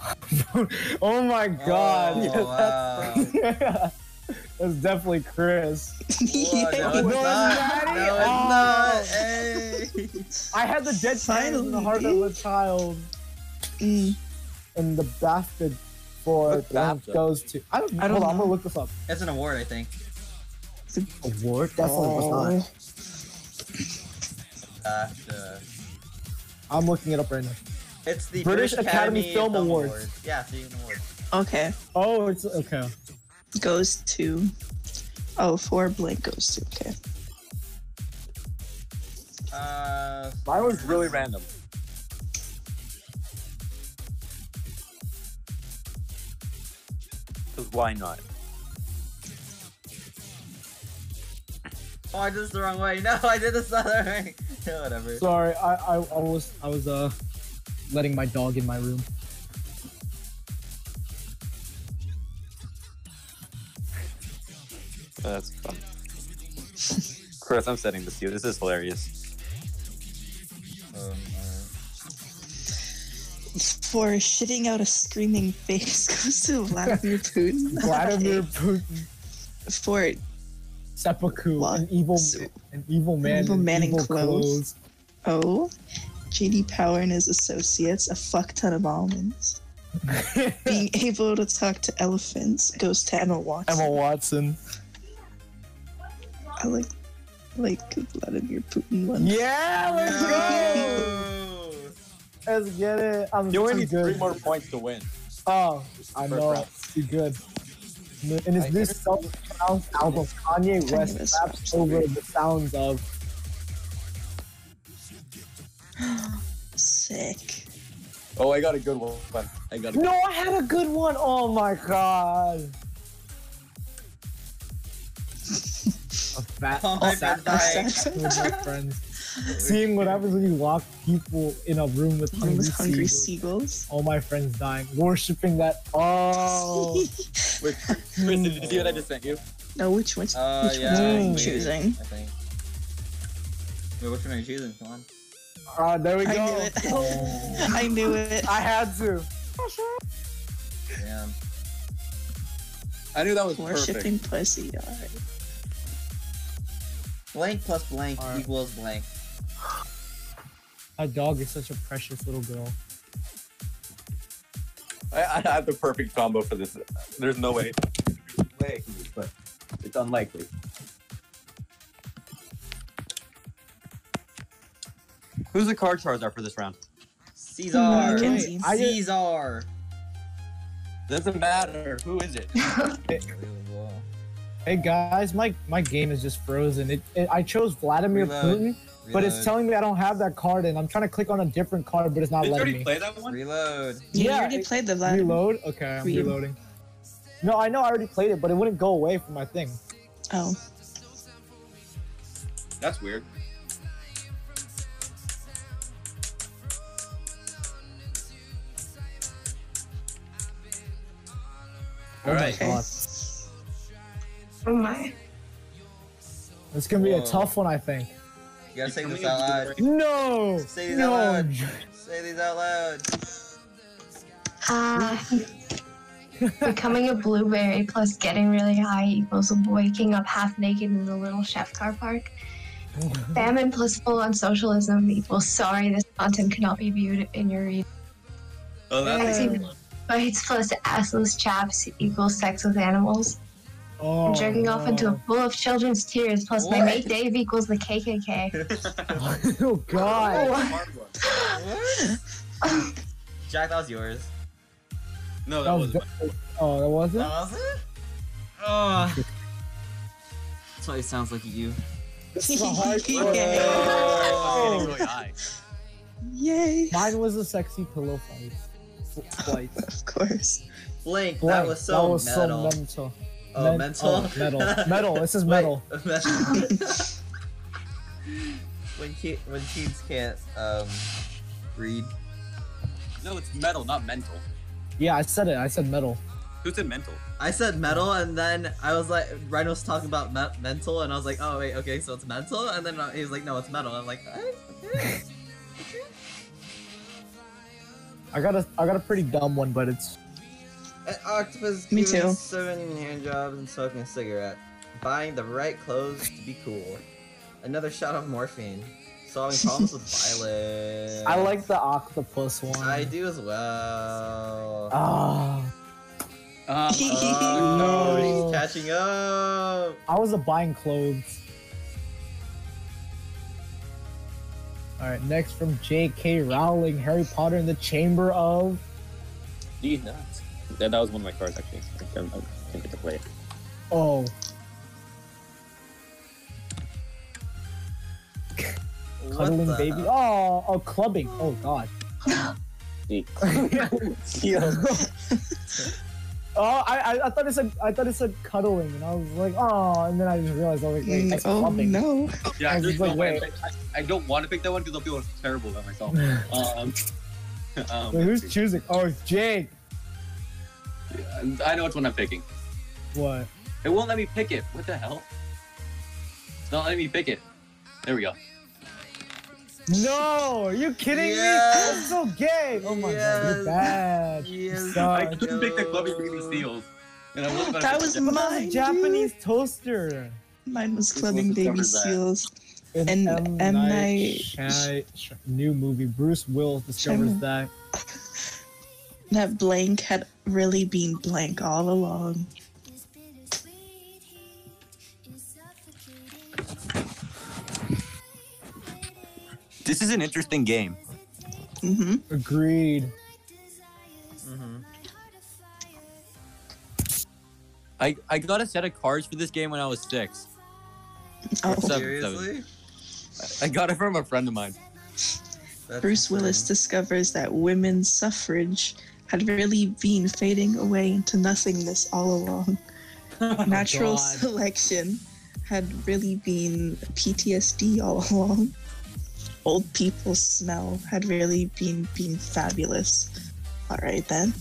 [SPEAKER 1] (laughs) oh my god
[SPEAKER 2] Oh, wow.
[SPEAKER 5] That's
[SPEAKER 1] (laughs) that's definitely chris
[SPEAKER 2] Whoa,
[SPEAKER 1] No,
[SPEAKER 2] no, it's
[SPEAKER 1] it's
[SPEAKER 2] not.
[SPEAKER 1] not.
[SPEAKER 2] No,
[SPEAKER 1] Oh.
[SPEAKER 2] it's not. Hey.
[SPEAKER 1] i had the dead hand in the heart of a child
[SPEAKER 3] Mm.
[SPEAKER 1] and the bastard for
[SPEAKER 5] What
[SPEAKER 1] that
[SPEAKER 5] BAFTA?
[SPEAKER 1] goes to i don't, I don't hold on i'm gonna look this up
[SPEAKER 2] It's an award, I think.
[SPEAKER 1] award that's
[SPEAKER 3] Oh.
[SPEAKER 1] not
[SPEAKER 2] Uh, the- Oh.
[SPEAKER 1] i'm looking it up right now
[SPEAKER 2] it's the
[SPEAKER 1] British Academy Film Awards.
[SPEAKER 2] Yeah, Film Awards.
[SPEAKER 3] Okay.
[SPEAKER 1] oh it's okay
[SPEAKER 3] Goes to. Oh, four blank goes to. Okay.
[SPEAKER 2] Uh,
[SPEAKER 5] Mine was really random.
[SPEAKER 1] (laughs)
[SPEAKER 5] Cause why not?
[SPEAKER 2] oh, I did this the wrong way. (laughs) No, I did this the other way. (laughs) Yeah, Whatever.
[SPEAKER 1] sorry i i, I was i was uh letting my dog in my room
[SPEAKER 5] Oh, That's fun. Chris, I'm sending this to you. This is hilarious.
[SPEAKER 2] Um,
[SPEAKER 3] For shitting out a screaming face (laughs) goes to Vladimir Putin.
[SPEAKER 1] (laughs) vladimir putin
[SPEAKER 3] For
[SPEAKER 1] seppuku
[SPEAKER 3] What?
[SPEAKER 1] an evil an evil man
[SPEAKER 3] Evil
[SPEAKER 1] in
[SPEAKER 3] man in
[SPEAKER 1] evil
[SPEAKER 3] clothes.
[SPEAKER 1] clothes.
[SPEAKER 3] oh, JD Power and his associates a fuck ton
[SPEAKER 1] (laughs)
[SPEAKER 3] of almonds. Being able to talk to elephants goes to Emma Watson.
[SPEAKER 1] Emma Watson.
[SPEAKER 3] I like like Vladimir Putin one.
[SPEAKER 1] Yeah, let's go.
[SPEAKER 2] no.
[SPEAKER 1] Let's get it. I'm
[SPEAKER 5] You only
[SPEAKER 1] too
[SPEAKER 5] need
[SPEAKER 1] good.
[SPEAKER 5] three more points to win.
[SPEAKER 1] Oh, I
[SPEAKER 5] First
[SPEAKER 1] know.
[SPEAKER 5] round.
[SPEAKER 1] Be good. And it's this self-found album Kanye West
[SPEAKER 3] West
[SPEAKER 1] raps over the sounds of
[SPEAKER 3] Sick.
[SPEAKER 5] Oh, I got a good one. I got a
[SPEAKER 1] No, I had a good one. Oh my god.
[SPEAKER 3] (laughs)
[SPEAKER 1] A fat,
[SPEAKER 2] Oh, my
[SPEAKER 1] a fat
[SPEAKER 2] friend died.
[SPEAKER 1] with my
[SPEAKER 3] (laughs)
[SPEAKER 1] friends.
[SPEAKER 2] (laughs)
[SPEAKER 1] Seeing what happens when you lock people in a room with hungry,
[SPEAKER 3] With hungry
[SPEAKER 1] seagulls.
[SPEAKER 3] seagulls.
[SPEAKER 1] All my friends dying, worshipping that.
[SPEAKER 5] (laughs)
[SPEAKER 1] Oh,
[SPEAKER 5] Wait, Chris, did you see what I just sent you?
[SPEAKER 3] (laughs) no, which one's
[SPEAKER 1] Oh,
[SPEAKER 2] Uh,
[SPEAKER 3] which
[SPEAKER 2] yeah.
[SPEAKER 3] one's
[SPEAKER 1] I'm
[SPEAKER 2] wait,
[SPEAKER 3] choosing?
[SPEAKER 2] I think. Wait, which one are you choosing? Come on.
[SPEAKER 1] Ah, there we
[SPEAKER 3] I
[SPEAKER 1] go.
[SPEAKER 3] knew it. (laughs) I knew it.
[SPEAKER 1] I had to.
[SPEAKER 2] Damn.
[SPEAKER 5] I knew that was perfect.
[SPEAKER 3] Worshipping pussy. alright.
[SPEAKER 2] Blank plus blank
[SPEAKER 1] Alright.
[SPEAKER 2] equals blank.
[SPEAKER 1] My dog is such a precious little girl.
[SPEAKER 5] I, I have the perfect combo for this. There's no way. Way I can do it, but it's unlikely.
[SPEAKER 4] Who's the card Charizard for this round?
[SPEAKER 2] Caesar.
[SPEAKER 3] Mackenzie.
[SPEAKER 1] I just-
[SPEAKER 2] Caesar.
[SPEAKER 5] Doesn't matter. Who is it?
[SPEAKER 2] Unbelievable.
[SPEAKER 1] Hey guys, my my game is just frozen. It, it I chose Vladimir
[SPEAKER 2] Reload.
[SPEAKER 1] Putin, but it's
[SPEAKER 2] Reload.
[SPEAKER 1] telling me I don't have that card, and I'm trying to click on a different card, but it's not
[SPEAKER 4] Did you
[SPEAKER 1] letting
[SPEAKER 4] already
[SPEAKER 1] me.
[SPEAKER 4] play that one?
[SPEAKER 2] Reload.
[SPEAKER 3] You
[SPEAKER 1] Yeah,
[SPEAKER 3] already
[SPEAKER 1] it-
[SPEAKER 3] played the Vladimir.
[SPEAKER 1] Reload. Okay, I'm
[SPEAKER 3] Reload.
[SPEAKER 1] reloading. No, I know I already played it, but it wouldn't go away from my thing.
[SPEAKER 3] Oh,
[SPEAKER 4] That's weird.
[SPEAKER 1] oh
[SPEAKER 4] Alright.
[SPEAKER 1] my
[SPEAKER 3] okay.
[SPEAKER 1] god,
[SPEAKER 6] Oh my.
[SPEAKER 1] it's gonna be
[SPEAKER 2] Whoa.
[SPEAKER 1] a tough one, I think.
[SPEAKER 2] You gotta say
[SPEAKER 4] Coming
[SPEAKER 2] this out
[SPEAKER 4] up to
[SPEAKER 2] loud.
[SPEAKER 4] the
[SPEAKER 1] No,
[SPEAKER 2] Say these out
[SPEAKER 1] no,
[SPEAKER 2] loud. Say these out loud.
[SPEAKER 6] Uh, becoming a blueberry plus getting really high equals waking up half naked in the little chef car park. Famine plus full on socialism equals sorry, this content cannot be viewed in your region.
[SPEAKER 4] Oh, that's
[SPEAKER 6] Bites plus assless chaps equals sex with animals.
[SPEAKER 1] Oh, (laughs)
[SPEAKER 6] I'm jerking off into a pool of children's tears, plus my
[SPEAKER 2] What?
[SPEAKER 6] mate Dave equals the KKK.
[SPEAKER 1] oh (laughs) god.
[SPEAKER 2] What? Jack, that was yours.
[SPEAKER 4] No, that
[SPEAKER 1] That was
[SPEAKER 4] wasn't.
[SPEAKER 1] oh, that
[SPEAKER 2] That
[SPEAKER 1] wasn't.
[SPEAKER 2] was it? Oh. That's why he sounds like you.
[SPEAKER 1] This is a
[SPEAKER 3] (laughs)
[SPEAKER 1] hard
[SPEAKER 3] Yeah.
[SPEAKER 1] Oh.
[SPEAKER 4] Mine. I
[SPEAKER 3] Yay!
[SPEAKER 1] Mine was a sexy pillow fight. F- Fight.
[SPEAKER 3] Of course.
[SPEAKER 2] Blank,
[SPEAKER 1] Blank.
[SPEAKER 2] that was so
[SPEAKER 1] that was so
[SPEAKER 2] metal.
[SPEAKER 1] mental.
[SPEAKER 2] Oh,
[SPEAKER 1] Men-
[SPEAKER 2] mental?
[SPEAKER 1] oh, metal. metal. This is
[SPEAKER 2] (laughs) Wait,
[SPEAKER 1] metal.
[SPEAKER 2] (laughs)
[SPEAKER 3] (laughs)
[SPEAKER 2] when, ki- when teens can't um, read.
[SPEAKER 4] No, it's metal, not mental.
[SPEAKER 1] Yeah, I said it. I said metal.
[SPEAKER 4] Who said mental?
[SPEAKER 2] I said metal, and then I was like, Ryan was talking about me- mental, and I was like, oh wait, okay, so it's mental, and then uh, he was like, no, it's metal. I'm like, alright, okay.
[SPEAKER 1] I got a I got a pretty dumb one, but it's
[SPEAKER 2] An Uh, octopus
[SPEAKER 3] Me
[SPEAKER 2] giving
[SPEAKER 3] too.
[SPEAKER 2] seven hand jobs and smoking a cigarette. Buying the right clothes to be cool. Another shot of morphine. Solving problems with violence.
[SPEAKER 1] I like the octopus one.
[SPEAKER 2] I do as
[SPEAKER 1] (laughs)
[SPEAKER 2] well.
[SPEAKER 1] Ah,
[SPEAKER 4] Um,
[SPEAKER 2] Oh,
[SPEAKER 1] No.
[SPEAKER 2] he's catching up.
[SPEAKER 1] I was a buying clothes. All right, next from J.K. Rowling, Harry Potter and the Chamber of.
[SPEAKER 5] Do you not? That, that was one of my cards actually. I don't, I didn't get to play it.
[SPEAKER 1] Oh,
[SPEAKER 2] What
[SPEAKER 1] cuddling
[SPEAKER 2] the
[SPEAKER 1] baby. Oh,
[SPEAKER 2] hell?
[SPEAKER 1] oh, clubbing. Oh God. (laughs)
[SPEAKER 5] See.
[SPEAKER 1] (laughs) Oh, I, I, I thought it said I thought it said cuddling, and I was like, oh, and then I just realized I was like, wait,
[SPEAKER 3] Mm,
[SPEAKER 1] that's
[SPEAKER 3] oh
[SPEAKER 1] clubbing.
[SPEAKER 3] no.
[SPEAKER 4] yeah,
[SPEAKER 1] I was
[SPEAKER 4] there's
[SPEAKER 1] like,
[SPEAKER 4] no way.
[SPEAKER 1] wait.
[SPEAKER 4] I, I don't want to pick that one because I'll feel terrible about myself. Um, (laughs) um,
[SPEAKER 1] Wait, who's
[SPEAKER 4] let's see.
[SPEAKER 1] choosing? Oh, it's Jake.
[SPEAKER 4] I know which one I'm picking.
[SPEAKER 1] What?
[SPEAKER 4] It won't let me pick it. What the hell? It's not letting me pick it. There we go.
[SPEAKER 1] No, are you kidding
[SPEAKER 2] Yeah.
[SPEAKER 1] me? That's so gay. Oh my god, you're
[SPEAKER 2] Yes.
[SPEAKER 1] bad.
[SPEAKER 2] Yes,
[SPEAKER 1] Uh,
[SPEAKER 4] I couldn't pick the clubbing baby
[SPEAKER 2] no.
[SPEAKER 4] seals.
[SPEAKER 3] (laughs)
[SPEAKER 4] And I wasn't gonna
[SPEAKER 3] That
[SPEAKER 4] pick
[SPEAKER 3] was
[SPEAKER 4] them.
[SPEAKER 1] But that's
[SPEAKER 3] mine.
[SPEAKER 1] a Japanese
[SPEAKER 3] dude.
[SPEAKER 1] toaster.
[SPEAKER 3] Mine was
[SPEAKER 5] This
[SPEAKER 3] clubbing
[SPEAKER 5] was the
[SPEAKER 3] baby
[SPEAKER 5] cover that-
[SPEAKER 3] seals.
[SPEAKER 1] In
[SPEAKER 3] And M. Night
[SPEAKER 1] Shy- Shy- new movie. Bruce Willis discovers
[SPEAKER 3] Shyamalan.
[SPEAKER 1] that.
[SPEAKER 3] That blank had really been blank all along.
[SPEAKER 4] This is an interesting game.
[SPEAKER 3] Mm-hmm.
[SPEAKER 1] Agreed.
[SPEAKER 4] Mm-hmm.
[SPEAKER 2] Mhm.
[SPEAKER 4] I, I got a set of cards for this game when I was six.
[SPEAKER 3] Oh,
[SPEAKER 4] Seven, seven.
[SPEAKER 2] Seriously?
[SPEAKER 4] I got it from a friend of mine.
[SPEAKER 2] That's
[SPEAKER 3] Bruce Willis
[SPEAKER 2] insane.
[SPEAKER 3] discovers that women's suffrage had really been fading away into nothingness all
[SPEAKER 4] (laughs)
[SPEAKER 3] along.
[SPEAKER 4] Oh,
[SPEAKER 3] Natural
[SPEAKER 1] God.
[SPEAKER 3] selection had really been PTSD all along. Old people's smell had really been been fabulous. All right then.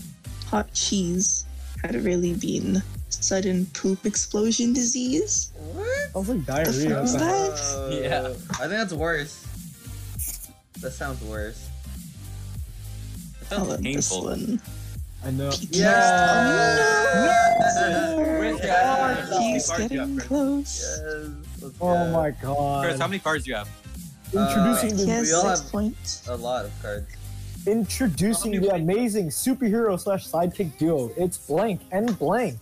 [SPEAKER 3] Hot cheese had really been sudden poop explosion disease.
[SPEAKER 2] What?
[SPEAKER 1] Sounds like
[SPEAKER 3] The
[SPEAKER 1] diarrhea.
[SPEAKER 3] fuck was that?
[SPEAKER 4] (laughs) Yeah.
[SPEAKER 2] I think that's worse. That sounds worse.
[SPEAKER 4] That
[SPEAKER 3] Oh,
[SPEAKER 4] sounds
[SPEAKER 3] and this
[SPEAKER 4] painful.
[SPEAKER 3] one.
[SPEAKER 1] I know.
[SPEAKER 2] Yes!
[SPEAKER 4] Yeah.
[SPEAKER 3] Oh, he's
[SPEAKER 4] Yeah.
[SPEAKER 3] getting
[SPEAKER 4] Yeah.
[SPEAKER 3] close.
[SPEAKER 2] Let's
[SPEAKER 1] Oh
[SPEAKER 2] go.
[SPEAKER 1] my god.
[SPEAKER 4] Chris, how many uh, cards do you have?
[SPEAKER 1] Introducing the
[SPEAKER 2] We
[SPEAKER 3] Yes,
[SPEAKER 2] all
[SPEAKER 3] six
[SPEAKER 2] have-
[SPEAKER 3] points.
[SPEAKER 2] A lot of cards.
[SPEAKER 1] introducing the amazing superhero slash sidekick duo. It's blank and blank.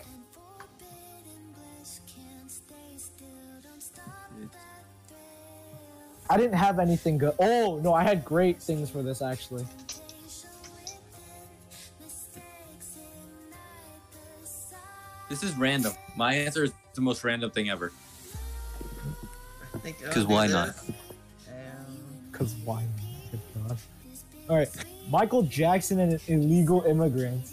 [SPEAKER 1] I didn't have anything good. Oh no, I had great things for this actually.
[SPEAKER 4] This is random. My answer is the most random thing ever. (laughs)
[SPEAKER 2] I think- I
[SPEAKER 4] 'Cause
[SPEAKER 2] think
[SPEAKER 4] why
[SPEAKER 2] it
[SPEAKER 4] not?
[SPEAKER 2] is. Um,
[SPEAKER 1] Cause why? Good God. All right, Michael Jackson and an illegal immigrant,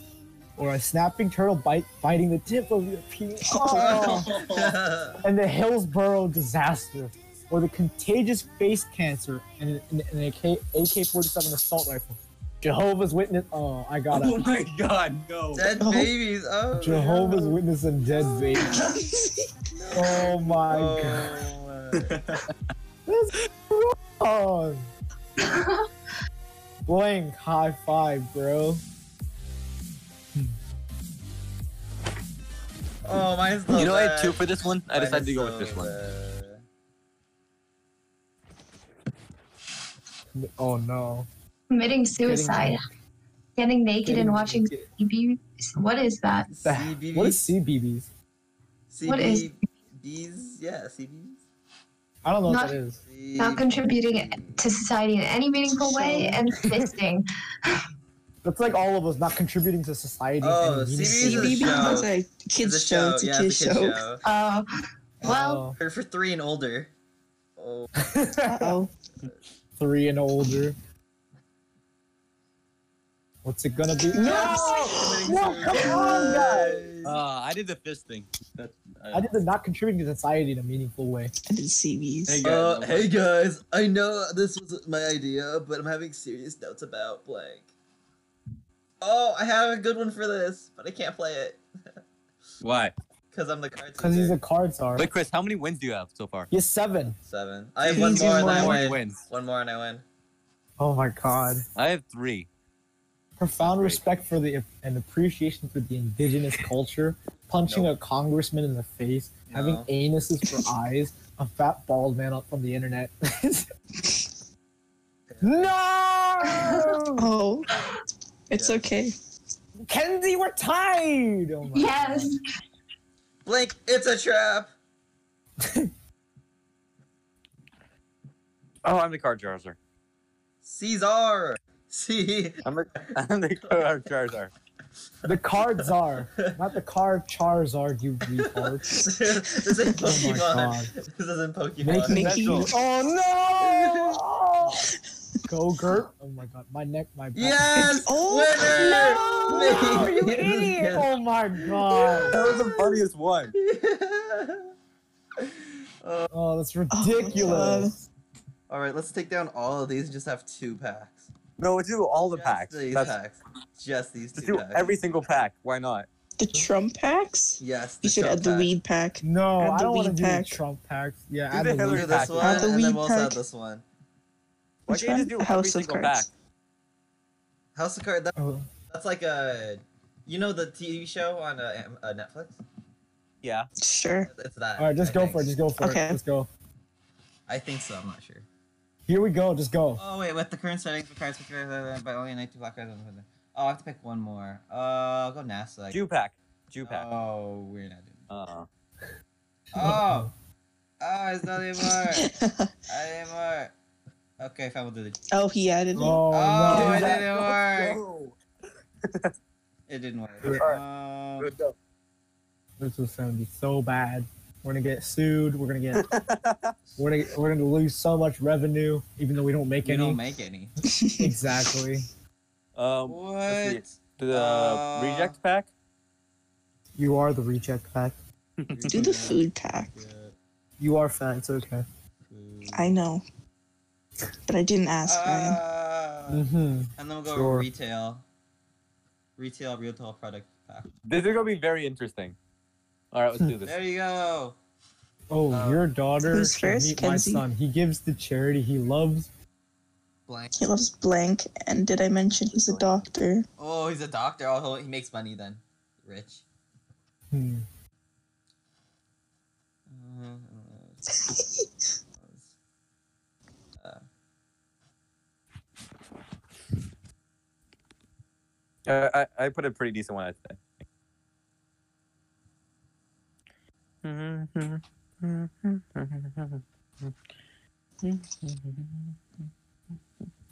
[SPEAKER 1] or a snapping turtle bite biting the tip of your penis. Oh. and the Hillsborough disaster, or the contagious face cancer and an, an AK, AK-47 assault rifle. Jehovah's Witness. Oh, I got
[SPEAKER 4] Oh
[SPEAKER 1] it.
[SPEAKER 4] my god, no.
[SPEAKER 2] Dead
[SPEAKER 3] Oh.
[SPEAKER 2] babies. Oh.
[SPEAKER 1] Jehovah's
[SPEAKER 2] no.
[SPEAKER 1] Witness and dead baby. Oh my god.
[SPEAKER 2] Oh, my.
[SPEAKER 1] That's
[SPEAKER 2] Oh.
[SPEAKER 1] wrong. Blank high five, bro.
[SPEAKER 2] oh, mine's the
[SPEAKER 4] you know, I had
[SPEAKER 2] bad.
[SPEAKER 4] two for this one. I
[SPEAKER 2] Mine
[SPEAKER 4] decided
[SPEAKER 2] is
[SPEAKER 4] to
[SPEAKER 2] so
[SPEAKER 4] go with
[SPEAKER 7] uh,
[SPEAKER 4] this one.
[SPEAKER 2] bad.
[SPEAKER 1] Oh no.
[SPEAKER 6] (laughs) Committing suicide. Getting naked and watching TV. What is that?
[SPEAKER 1] The- What is CBBS?
[SPEAKER 2] CB,
[SPEAKER 6] What is-
[SPEAKER 2] Bees, yeah, CBs.
[SPEAKER 1] I don't know
[SPEAKER 6] Not-
[SPEAKER 1] what that is.
[SPEAKER 6] Not contributing to society in any meaningful way
[SPEAKER 3] So-
[SPEAKER 6] and fisting.
[SPEAKER 1] That's like all of us not contributing to society. in
[SPEAKER 2] Oh,
[SPEAKER 1] any
[SPEAKER 2] see,
[SPEAKER 1] meaningful
[SPEAKER 2] these are
[SPEAKER 1] way.
[SPEAKER 2] the
[SPEAKER 3] CB
[SPEAKER 2] show.
[SPEAKER 3] was a
[SPEAKER 2] It's a
[SPEAKER 3] kids show. It's a
[SPEAKER 2] yeah,
[SPEAKER 3] kids
[SPEAKER 2] it's a kid's
[SPEAKER 3] show. (laughs)
[SPEAKER 2] show.
[SPEAKER 6] Uh, well,
[SPEAKER 1] Oh.
[SPEAKER 2] For, for three and older. Oh,
[SPEAKER 1] (laughs)
[SPEAKER 3] Uh oh.
[SPEAKER 1] three and older. What's it gonna
[SPEAKER 2] (laughs)
[SPEAKER 1] be? No, come on, guys.
[SPEAKER 7] Uh, I did the fist thing. That's,
[SPEAKER 1] I did the not contributing to society in a meaningful way.
[SPEAKER 3] I did CBs.
[SPEAKER 7] Hey,
[SPEAKER 2] Uh,
[SPEAKER 7] guys, I'm
[SPEAKER 2] hey guys, I know this was my idea, but I'm having serious doubts about blank. Oh, I have a good one for this, but I can't play it
[SPEAKER 7] Why?
[SPEAKER 2] because I'm the card.
[SPEAKER 1] Because he's
[SPEAKER 2] loser.
[SPEAKER 1] a card czar.
[SPEAKER 7] Wait, Chris, how many wins do you have so far?
[SPEAKER 1] Yes, seven.
[SPEAKER 2] seven. I have
[SPEAKER 3] He's
[SPEAKER 2] one
[SPEAKER 3] in
[SPEAKER 2] more and
[SPEAKER 3] my-
[SPEAKER 2] I win.
[SPEAKER 7] wins.
[SPEAKER 2] One more and I win.
[SPEAKER 1] Oh my god.
[SPEAKER 7] I have three.
[SPEAKER 1] Profound
[SPEAKER 7] Great.
[SPEAKER 1] respect for the and appreciation for the indigenous culture, punching a congressman in the face, having
[SPEAKER 2] No.
[SPEAKER 1] anuses for eyes, a fat bald man up from the internet. (laughs) no!
[SPEAKER 3] Oh. It's
[SPEAKER 2] Yeah.
[SPEAKER 3] okay.
[SPEAKER 1] Kenzie, we're tied! Oh my
[SPEAKER 6] yes.
[SPEAKER 1] God.
[SPEAKER 2] Blink, it's a trap.
[SPEAKER 7] Oh, I'm the card Charizard.
[SPEAKER 2] Caesar. (laughs) See,
[SPEAKER 7] I'm the, (laughs) I'm the card Charizard.
[SPEAKER 1] The card czar, not the card Charizard, you retard.
[SPEAKER 2] this
[SPEAKER 1] (laughs)
[SPEAKER 2] isn't
[SPEAKER 1] Oh my
[SPEAKER 2] Pokemon.
[SPEAKER 1] God.
[SPEAKER 2] this isn't
[SPEAKER 1] Make
[SPEAKER 2] Pokemon.
[SPEAKER 1] me
[SPEAKER 3] Mickey.
[SPEAKER 7] Special.
[SPEAKER 1] (laughs) Oh no! (laughs) Go Gert! Oh my god, my neck, my back.
[SPEAKER 2] Yes,
[SPEAKER 3] Oh,
[SPEAKER 1] (laughs) No!
[SPEAKER 2] (laughs) winner.
[SPEAKER 1] You idiot! Oh my god!
[SPEAKER 7] That was the funniest one.
[SPEAKER 1] Oh, that's
[SPEAKER 3] Oh my
[SPEAKER 1] ridiculous.
[SPEAKER 2] (laughs) All right, let's take down all of these and just have two packs.
[SPEAKER 7] No, let's do all the
[SPEAKER 2] just
[SPEAKER 7] packs.
[SPEAKER 2] These
[SPEAKER 7] That's,
[SPEAKER 2] packs. Just these
[SPEAKER 7] Let's
[SPEAKER 2] two
[SPEAKER 7] do
[SPEAKER 2] packs.
[SPEAKER 7] every single pack. Why not?
[SPEAKER 3] The Trump packs?
[SPEAKER 2] Yes.
[SPEAKER 3] You should
[SPEAKER 2] Trump
[SPEAKER 3] add the
[SPEAKER 2] pack.
[SPEAKER 3] weed pack.
[SPEAKER 1] no,
[SPEAKER 3] Add
[SPEAKER 1] I
[SPEAKER 3] the
[SPEAKER 1] don't want to
[SPEAKER 3] weed
[SPEAKER 1] do the
[SPEAKER 3] pack.
[SPEAKER 1] Trump packs. Yeah,
[SPEAKER 7] Do
[SPEAKER 1] add
[SPEAKER 7] the
[SPEAKER 1] the
[SPEAKER 7] Hillary
[SPEAKER 1] weed
[SPEAKER 2] Do
[SPEAKER 1] pack.
[SPEAKER 2] this
[SPEAKER 7] Add
[SPEAKER 2] one,
[SPEAKER 3] the
[SPEAKER 2] and then
[SPEAKER 3] weed
[SPEAKER 2] we'll also add
[SPEAKER 3] pack.
[SPEAKER 2] this one.
[SPEAKER 7] Why
[SPEAKER 3] Which
[SPEAKER 7] can't you
[SPEAKER 3] one?
[SPEAKER 7] just do every
[SPEAKER 3] House of
[SPEAKER 7] single pack?
[SPEAKER 3] Cards.
[SPEAKER 2] House of Cards. That,
[SPEAKER 1] Oh,
[SPEAKER 2] that's like a, you know, the TV show on uh, Am- uh, Netflix.
[SPEAKER 7] Yeah.
[SPEAKER 3] Sure. (laughs)
[SPEAKER 2] It's that.
[SPEAKER 1] all right, just
[SPEAKER 2] I
[SPEAKER 1] go
[SPEAKER 2] think.
[SPEAKER 1] for it. Just go for
[SPEAKER 3] Okay.
[SPEAKER 1] it. Let's go.
[SPEAKER 2] I think so. I'm not sure.
[SPEAKER 1] Here we go. Just go.
[SPEAKER 2] Oh wait, with the current settings for cards, uh, by only night two black cards. Oh, I have to pick one more. Uh, I'll go NASA.
[SPEAKER 7] Jew pack. Jew pack.
[SPEAKER 2] Oh, we're not doing.
[SPEAKER 7] Uh,
[SPEAKER 2] Oh. Oh, it's not anymore. I didn't work. Okay, fine, we'll do the.
[SPEAKER 3] oh, he added it.
[SPEAKER 1] Oh,
[SPEAKER 2] Oh,
[SPEAKER 1] no.
[SPEAKER 2] it
[SPEAKER 1] Is that-
[SPEAKER 2] didn't
[SPEAKER 5] (laughs)
[SPEAKER 2] work. It didn't work. Um,
[SPEAKER 1] This is gonna be so bad. We're gonna get sued. We're gonna (laughs) get. we're gonna we're gonna lose so much revenue, even though we don't make
[SPEAKER 2] we
[SPEAKER 1] any.
[SPEAKER 2] don't make any. (laughs)
[SPEAKER 1] exactly.
[SPEAKER 7] um,
[SPEAKER 2] What?
[SPEAKER 7] do the
[SPEAKER 2] Uh,
[SPEAKER 7] reject pack?
[SPEAKER 1] You are the reject pack.
[SPEAKER 3] Do the food pack.
[SPEAKER 1] You are fat. It's okay.
[SPEAKER 3] I know. But I didn't ask Ryan.
[SPEAKER 2] Uh,
[SPEAKER 1] Mm-hmm.
[SPEAKER 2] Ah. and then we'll go
[SPEAKER 1] Sure.
[SPEAKER 2] retail. Retail, retail product pack.
[SPEAKER 7] This is gonna be very interesting. All right, let's do (laughs) this.
[SPEAKER 2] There you go.
[SPEAKER 1] Oh,
[SPEAKER 2] Uh,
[SPEAKER 1] your daughter
[SPEAKER 3] who's
[SPEAKER 1] should
[SPEAKER 3] first,
[SPEAKER 1] meet
[SPEAKER 3] Kenzie?
[SPEAKER 1] my son. He gives to charity he loves.
[SPEAKER 2] Blank.
[SPEAKER 3] He loves blank. And did I mention he's a doctor?
[SPEAKER 2] Oh, he's a doctor. Oh, he'll- he makes money then. Rich. (laughs)
[SPEAKER 1] Hmm.
[SPEAKER 2] Uh,
[SPEAKER 7] Uh, I I put a pretty decent one, I think.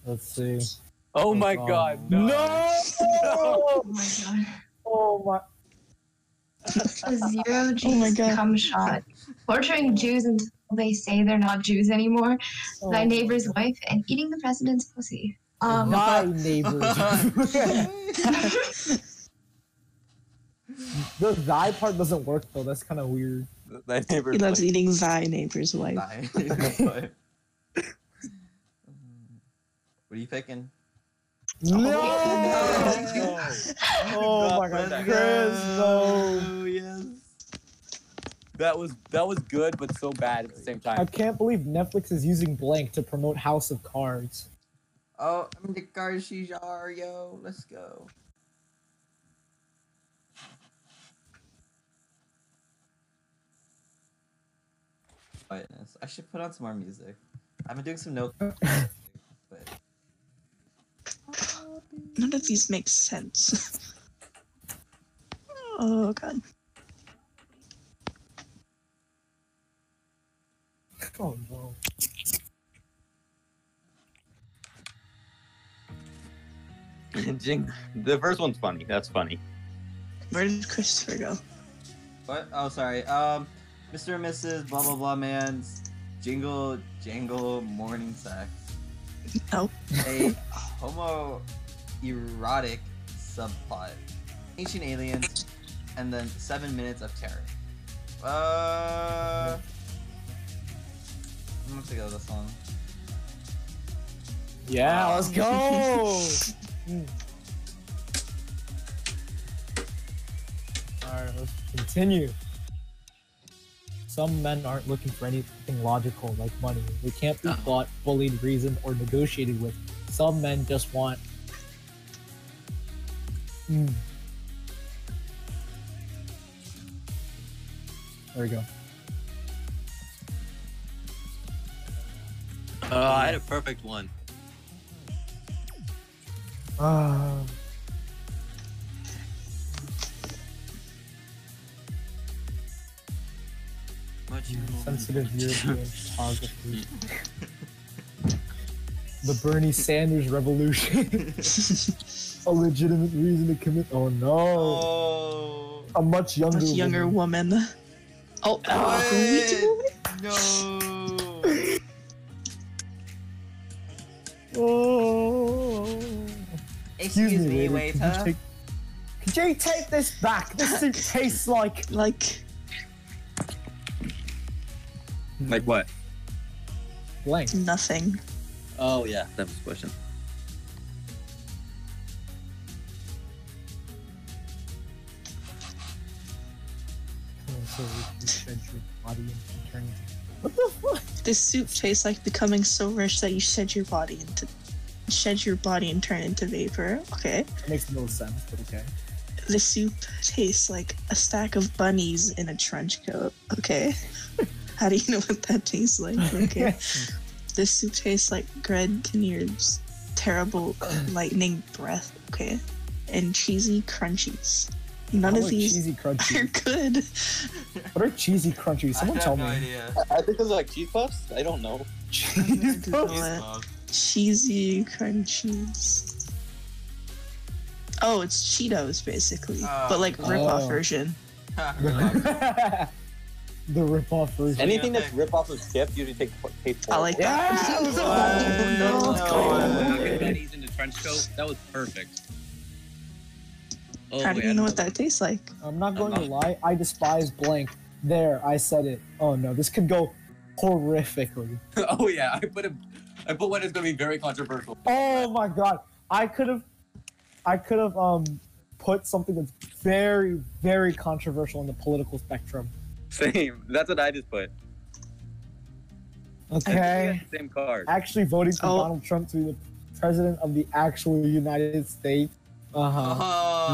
[SPEAKER 1] Let's see.
[SPEAKER 7] (laughs) Oh my
[SPEAKER 1] Oh,
[SPEAKER 7] God!
[SPEAKER 1] no.
[SPEAKER 6] Oh my god.
[SPEAKER 1] Oh my!
[SPEAKER 6] A zero Jews
[SPEAKER 3] my God.
[SPEAKER 6] cum shot. Torturing Jews until they say they're not Jews anymore.
[SPEAKER 1] oh
[SPEAKER 6] my neighbor's
[SPEAKER 1] God.
[SPEAKER 6] wife and eating the president's pussy. Um,
[SPEAKER 1] my
[SPEAKER 2] (laughs)
[SPEAKER 1] neighbor's. the thy part doesn't work though. That's kind of
[SPEAKER 2] (laughs)
[SPEAKER 1] weird.
[SPEAKER 7] (laughs) That neighbor.
[SPEAKER 3] He loves eating thy neighbor's wife.
[SPEAKER 2] Bye. Bye. what are you picking?
[SPEAKER 1] No! oh my god, Chris! No!
[SPEAKER 2] Oh, yes.
[SPEAKER 7] That was that was good, but so bad at the same
[SPEAKER 1] I
[SPEAKER 7] time.
[SPEAKER 1] can't believe Netflix is using blank to promote House of Cards.
[SPEAKER 2] Oh, I'm the Garcijar, yo. Let's go. Quietness. I should put on some more music. I've been doing some notes. but
[SPEAKER 3] None of these make (laughs) sense. oh god.
[SPEAKER 1] Oh no.
[SPEAKER 7] (laughs)
[SPEAKER 5] Jing, the first one's funny. That's funny.
[SPEAKER 3] Where did Christopher go?
[SPEAKER 2] What? Oh, sorry. Um, Mr. and Mrs. Blah blah blah man's jingle jangle morning sex.
[SPEAKER 3] Oh.
[SPEAKER 2] A homoerotic subplot. Ancient aliens, and then seven minutes of terror. Uh, I'm gonna take out this one. Um,
[SPEAKER 1] Yeah, let's
[SPEAKER 2] (laughs)
[SPEAKER 1] go. Hmm. Alright, let's continue. Some men aren't looking for anything logical like money. They can't be bought, bullied, reasoned, or negotiated with. Some men just want. Mm. There we go.
[SPEAKER 4] Uh, I had a perfect one.
[SPEAKER 1] Ah.
[SPEAKER 4] Much
[SPEAKER 1] (laughs) sensitive European photography. the Bernie Sanders revolution. (laughs) a legitimate reason to commit. Oh no.
[SPEAKER 2] Oh.
[SPEAKER 1] A much younger
[SPEAKER 3] Much younger
[SPEAKER 1] woman.
[SPEAKER 3] woman. Oh, oh who we do?
[SPEAKER 2] No.
[SPEAKER 1] Oh.
[SPEAKER 2] Excuse
[SPEAKER 1] lady,
[SPEAKER 2] me,
[SPEAKER 1] Could you,
[SPEAKER 2] waiter.
[SPEAKER 1] take, could you take this back? This
[SPEAKER 2] (laughs)
[SPEAKER 1] soup tastes like.
[SPEAKER 3] Like,
[SPEAKER 7] Like what?
[SPEAKER 1] Blank.
[SPEAKER 3] nothing.
[SPEAKER 4] Oh yeah.
[SPEAKER 7] That was the question.
[SPEAKER 1] Oh, So we can shred your body and turn it-
[SPEAKER 3] This soup tastes like becoming so rich that you shed your body into. Shed your body and turn into vapor. Okay.
[SPEAKER 1] It makes no sense, but okay.
[SPEAKER 3] The soup tastes like a stack of bunnies in a trench coat. Okay. (laughs) How do you know what that tastes
[SPEAKER 1] (laughs)
[SPEAKER 3] like? Okay. this soup tastes like Greg Kinnear's terrible
[SPEAKER 1] (clears throat)
[SPEAKER 3] lightning breath. Okay. And cheesy crunchies. None
[SPEAKER 1] What
[SPEAKER 3] of
[SPEAKER 1] are
[SPEAKER 3] these
[SPEAKER 1] cheesy
[SPEAKER 3] (laughs) are
[SPEAKER 2] (laughs)
[SPEAKER 1] crunchies.
[SPEAKER 3] good.
[SPEAKER 1] What are cheesy crunchies? Someone
[SPEAKER 2] I have
[SPEAKER 1] tell
[SPEAKER 2] no
[SPEAKER 1] me.
[SPEAKER 2] idea.
[SPEAKER 5] I think those are like cheese puffs. I don't know.
[SPEAKER 3] I'm gonna
[SPEAKER 1] Cheese
[SPEAKER 3] Google
[SPEAKER 2] These
[SPEAKER 3] it.
[SPEAKER 2] clubs.
[SPEAKER 3] Cheesy crunchies. Oh, it's Cheetos basically,
[SPEAKER 2] Oh.
[SPEAKER 3] but like rip-off
[SPEAKER 1] Oh.
[SPEAKER 3] version.
[SPEAKER 2] Uh,
[SPEAKER 1] (laughs) the ripoff version.
[SPEAKER 5] Anything that's rip off of chip usually takes tape.
[SPEAKER 3] I like (laughs) that.
[SPEAKER 1] (laughs) Yeah!
[SPEAKER 3] Oh, no.
[SPEAKER 2] No.
[SPEAKER 4] Pocket bunnies in the trench coat. That was perfect. Oh,
[SPEAKER 3] How do
[SPEAKER 4] wait,
[SPEAKER 3] you
[SPEAKER 4] I
[SPEAKER 3] know
[SPEAKER 4] know.
[SPEAKER 3] what that tastes like?
[SPEAKER 1] I'm not going to lie. I despise blank. There, I said it. Oh no, this could go horrifically.
[SPEAKER 7] (laughs) oh yeah, I put a, I put one that's gonna be very controversial.
[SPEAKER 1] Oh my god, I could have, I could have um put something that's very, very controversial in the political spectrum.
[SPEAKER 7] (laughs) Same. That's what I just put.
[SPEAKER 1] Okay,
[SPEAKER 7] Same card.
[SPEAKER 1] actually voting for
[SPEAKER 3] Oh.
[SPEAKER 1] Donald Trump to be the president of the actual United States. Uh huh.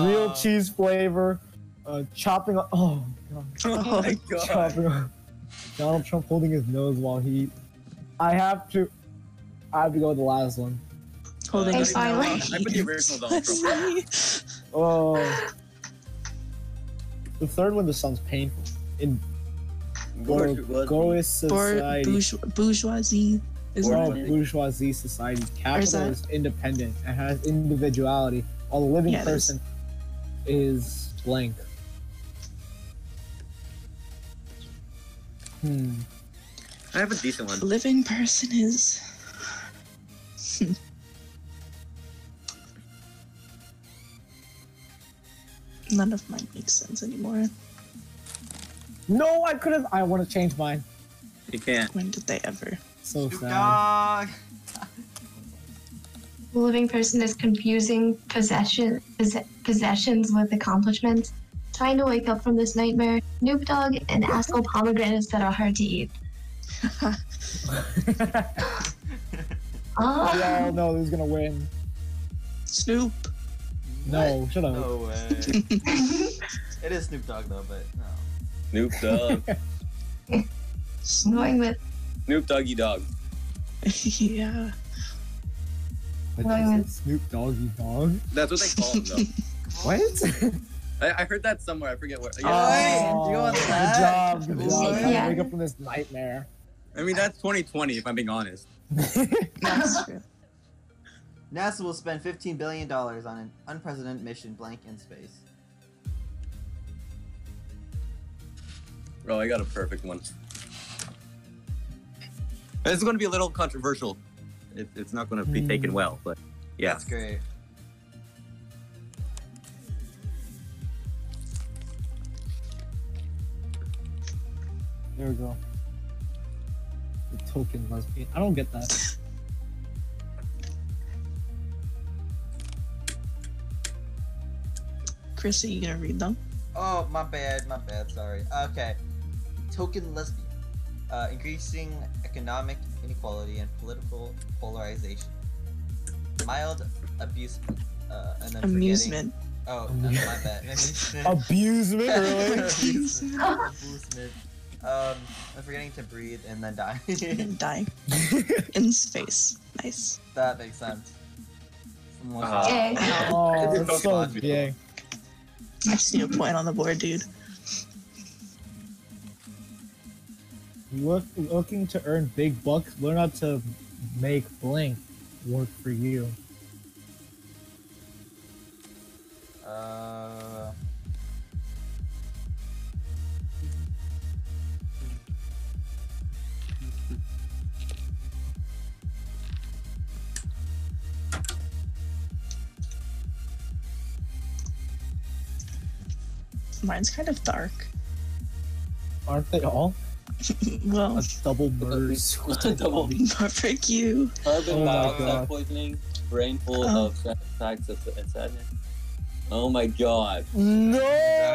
[SPEAKER 2] Oh.
[SPEAKER 1] Real cheese flavor. Uh, chopping. Up, oh god.
[SPEAKER 7] (laughs) Oh my god.
[SPEAKER 1] Chopper- Donald Trump holding his nose while he. I have to. I have to go with the last one.
[SPEAKER 3] Oh, Holding
[SPEAKER 7] Uh,
[SPEAKER 3] his
[SPEAKER 6] I
[SPEAKER 3] nose.
[SPEAKER 6] like-
[SPEAKER 7] I put the original
[SPEAKER 3] (laughs)
[SPEAKER 7] Donald Trump.
[SPEAKER 1] Oh. The third one just sounds painful. In
[SPEAKER 7] Bourgeois-
[SPEAKER 1] bourgeois
[SPEAKER 3] Or
[SPEAKER 1] society,
[SPEAKER 3] bourgeois, bourgeoisie. Is
[SPEAKER 1] or
[SPEAKER 3] that
[SPEAKER 7] Bourgeois.
[SPEAKER 3] it?
[SPEAKER 1] bourgeoisie society,
[SPEAKER 3] is
[SPEAKER 1] capital
[SPEAKER 3] that-
[SPEAKER 1] is independent and has individuality, while the living
[SPEAKER 3] Yeah, it is.
[SPEAKER 1] person is blank. Hmm.
[SPEAKER 7] I have a decent one.
[SPEAKER 3] living person is? (laughs) None of mine makes sense anymore.
[SPEAKER 1] No, I could have. I want to change mine.
[SPEAKER 7] You can't.
[SPEAKER 3] When did they ever?
[SPEAKER 1] So
[SPEAKER 2] Snoop
[SPEAKER 1] sad.
[SPEAKER 2] Dogg.
[SPEAKER 6] The living person is confusing possession pos- possessions with accomplishments. Trying to wake up from this nightmare, Noob Dog and asshole pomegranates that are hard to eat. Ah,
[SPEAKER 1] We (laughs) all know who's gonna win.
[SPEAKER 3] Snoop.
[SPEAKER 1] No, shut up.
[SPEAKER 2] No way. (laughs) it is Snoop Dogg though, but no.
[SPEAKER 7] Snoop
[SPEAKER 3] (laughs)
[SPEAKER 7] Dogg.
[SPEAKER 6] I'm going with
[SPEAKER 7] Snoop Doggy Dog.
[SPEAKER 3] yeah.
[SPEAKER 1] But
[SPEAKER 6] Why
[SPEAKER 1] you
[SPEAKER 6] would-
[SPEAKER 1] said Snoop Doggy Dog.
[SPEAKER 7] That's what they call him though.
[SPEAKER 1] What?
[SPEAKER 7] I, I heard that somewhere. I forget where. Yeah.
[SPEAKER 2] Oh, you want
[SPEAKER 1] good
[SPEAKER 2] that?
[SPEAKER 1] job, good job.
[SPEAKER 6] Yeah.
[SPEAKER 1] Gotta Wake up from this nightmare.
[SPEAKER 7] I mean, that's 2020, if I'm being honest.
[SPEAKER 3] That's true.
[SPEAKER 2] NASA will spend $15 billion on an unprecedented mission blank in space.
[SPEAKER 7] Bro, I got a perfect one. This is going to be a little controversial. It, it's not going to be taken (laughs) well, but yeah.
[SPEAKER 2] That's great.
[SPEAKER 1] There we go. The token lesbian. I don't get that. (laughs)
[SPEAKER 3] Chris, are you gonna read them?
[SPEAKER 2] Oh, my bad, my bad, sorry. Okay. Token lesbian. Uh, increasing economic inequality and political polarization. Mild abuse. Uh, and then
[SPEAKER 3] Amusement.
[SPEAKER 2] Forgetting. Oh, no, my bad. (laughs)
[SPEAKER 1] Abusement, (laughs) really?
[SPEAKER 6] (laughs)
[SPEAKER 2] Abusement. Abusement. Um, I'm forgetting to breathe and then die. (laughs)
[SPEAKER 3] And die in space. Nice.
[SPEAKER 2] that makes sense. Someone-
[SPEAKER 7] Uh-huh.
[SPEAKER 6] Dang.
[SPEAKER 1] (laughs) oh, that's so
[SPEAKER 7] Pokemon.
[SPEAKER 1] gay.
[SPEAKER 3] I just need a point on the board, dude.
[SPEAKER 1] Look, looking to earn big bucks, learn how to make blank work for you.
[SPEAKER 2] Uh,
[SPEAKER 3] Mine's kind of dark.
[SPEAKER 1] Aren't they all?
[SPEAKER 3] well, (laughs)
[SPEAKER 1] A (laughs) double murder.
[SPEAKER 4] Double
[SPEAKER 1] (laughs)
[SPEAKER 3] perfect you.
[SPEAKER 4] carbon
[SPEAKER 1] Oh my God.
[SPEAKER 4] dioxide poisoning, brain full
[SPEAKER 3] Oh.
[SPEAKER 4] of sad- sad- sad- sad- sadness. Oh my god.
[SPEAKER 1] No!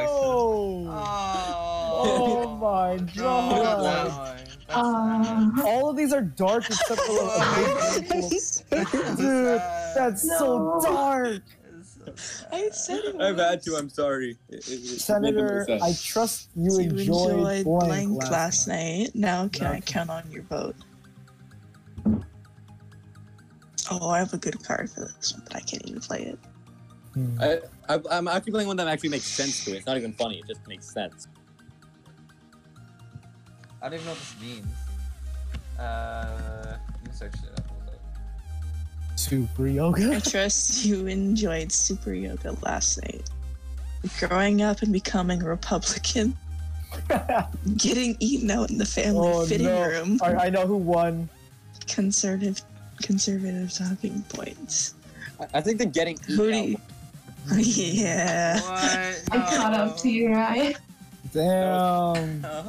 [SPEAKER 1] Oh my god!
[SPEAKER 2] god.
[SPEAKER 6] Uh,
[SPEAKER 1] All of these are dark except for
[SPEAKER 3] (laughs)
[SPEAKER 1] like, a big circle. Dude, that's
[SPEAKER 6] No.
[SPEAKER 1] so dark!
[SPEAKER 2] uh,
[SPEAKER 3] I said it.
[SPEAKER 7] I've had
[SPEAKER 3] was.
[SPEAKER 7] to, I'm sorry. It- it- it- it
[SPEAKER 1] Senator,
[SPEAKER 7] made no
[SPEAKER 1] I
[SPEAKER 7] sense.
[SPEAKER 1] trust you
[SPEAKER 3] You
[SPEAKER 1] enjoyed,
[SPEAKER 3] enjoyed
[SPEAKER 1] blank,
[SPEAKER 3] blank last night. Now can I
[SPEAKER 1] Okay.
[SPEAKER 3] count on your vote? Oh, I have a good card for this one, but I can't even play it.
[SPEAKER 1] Hmm.
[SPEAKER 7] I, I, I'm actually playing one that actually makes sense to it. It's not even funny, it just makes sense.
[SPEAKER 2] I don't even know what this means. Uh, let me search it up. Hold up.
[SPEAKER 1] Super
[SPEAKER 3] I
[SPEAKER 1] yoga. (laughs)
[SPEAKER 3] trust (laughs) you enjoyed super yoga last night. Growing up and becoming a Republican, (laughs) getting eaten out in the family
[SPEAKER 1] Oh,
[SPEAKER 3] fitting
[SPEAKER 1] no.
[SPEAKER 3] room,
[SPEAKER 1] I, I know who won.
[SPEAKER 3] conservative conservative talking points.
[SPEAKER 7] I- I think they're getting.
[SPEAKER 3] Who do you? (laughs) Yeah.
[SPEAKER 2] What?
[SPEAKER 6] I caught up to you, right?
[SPEAKER 1] Damn.
[SPEAKER 2] No.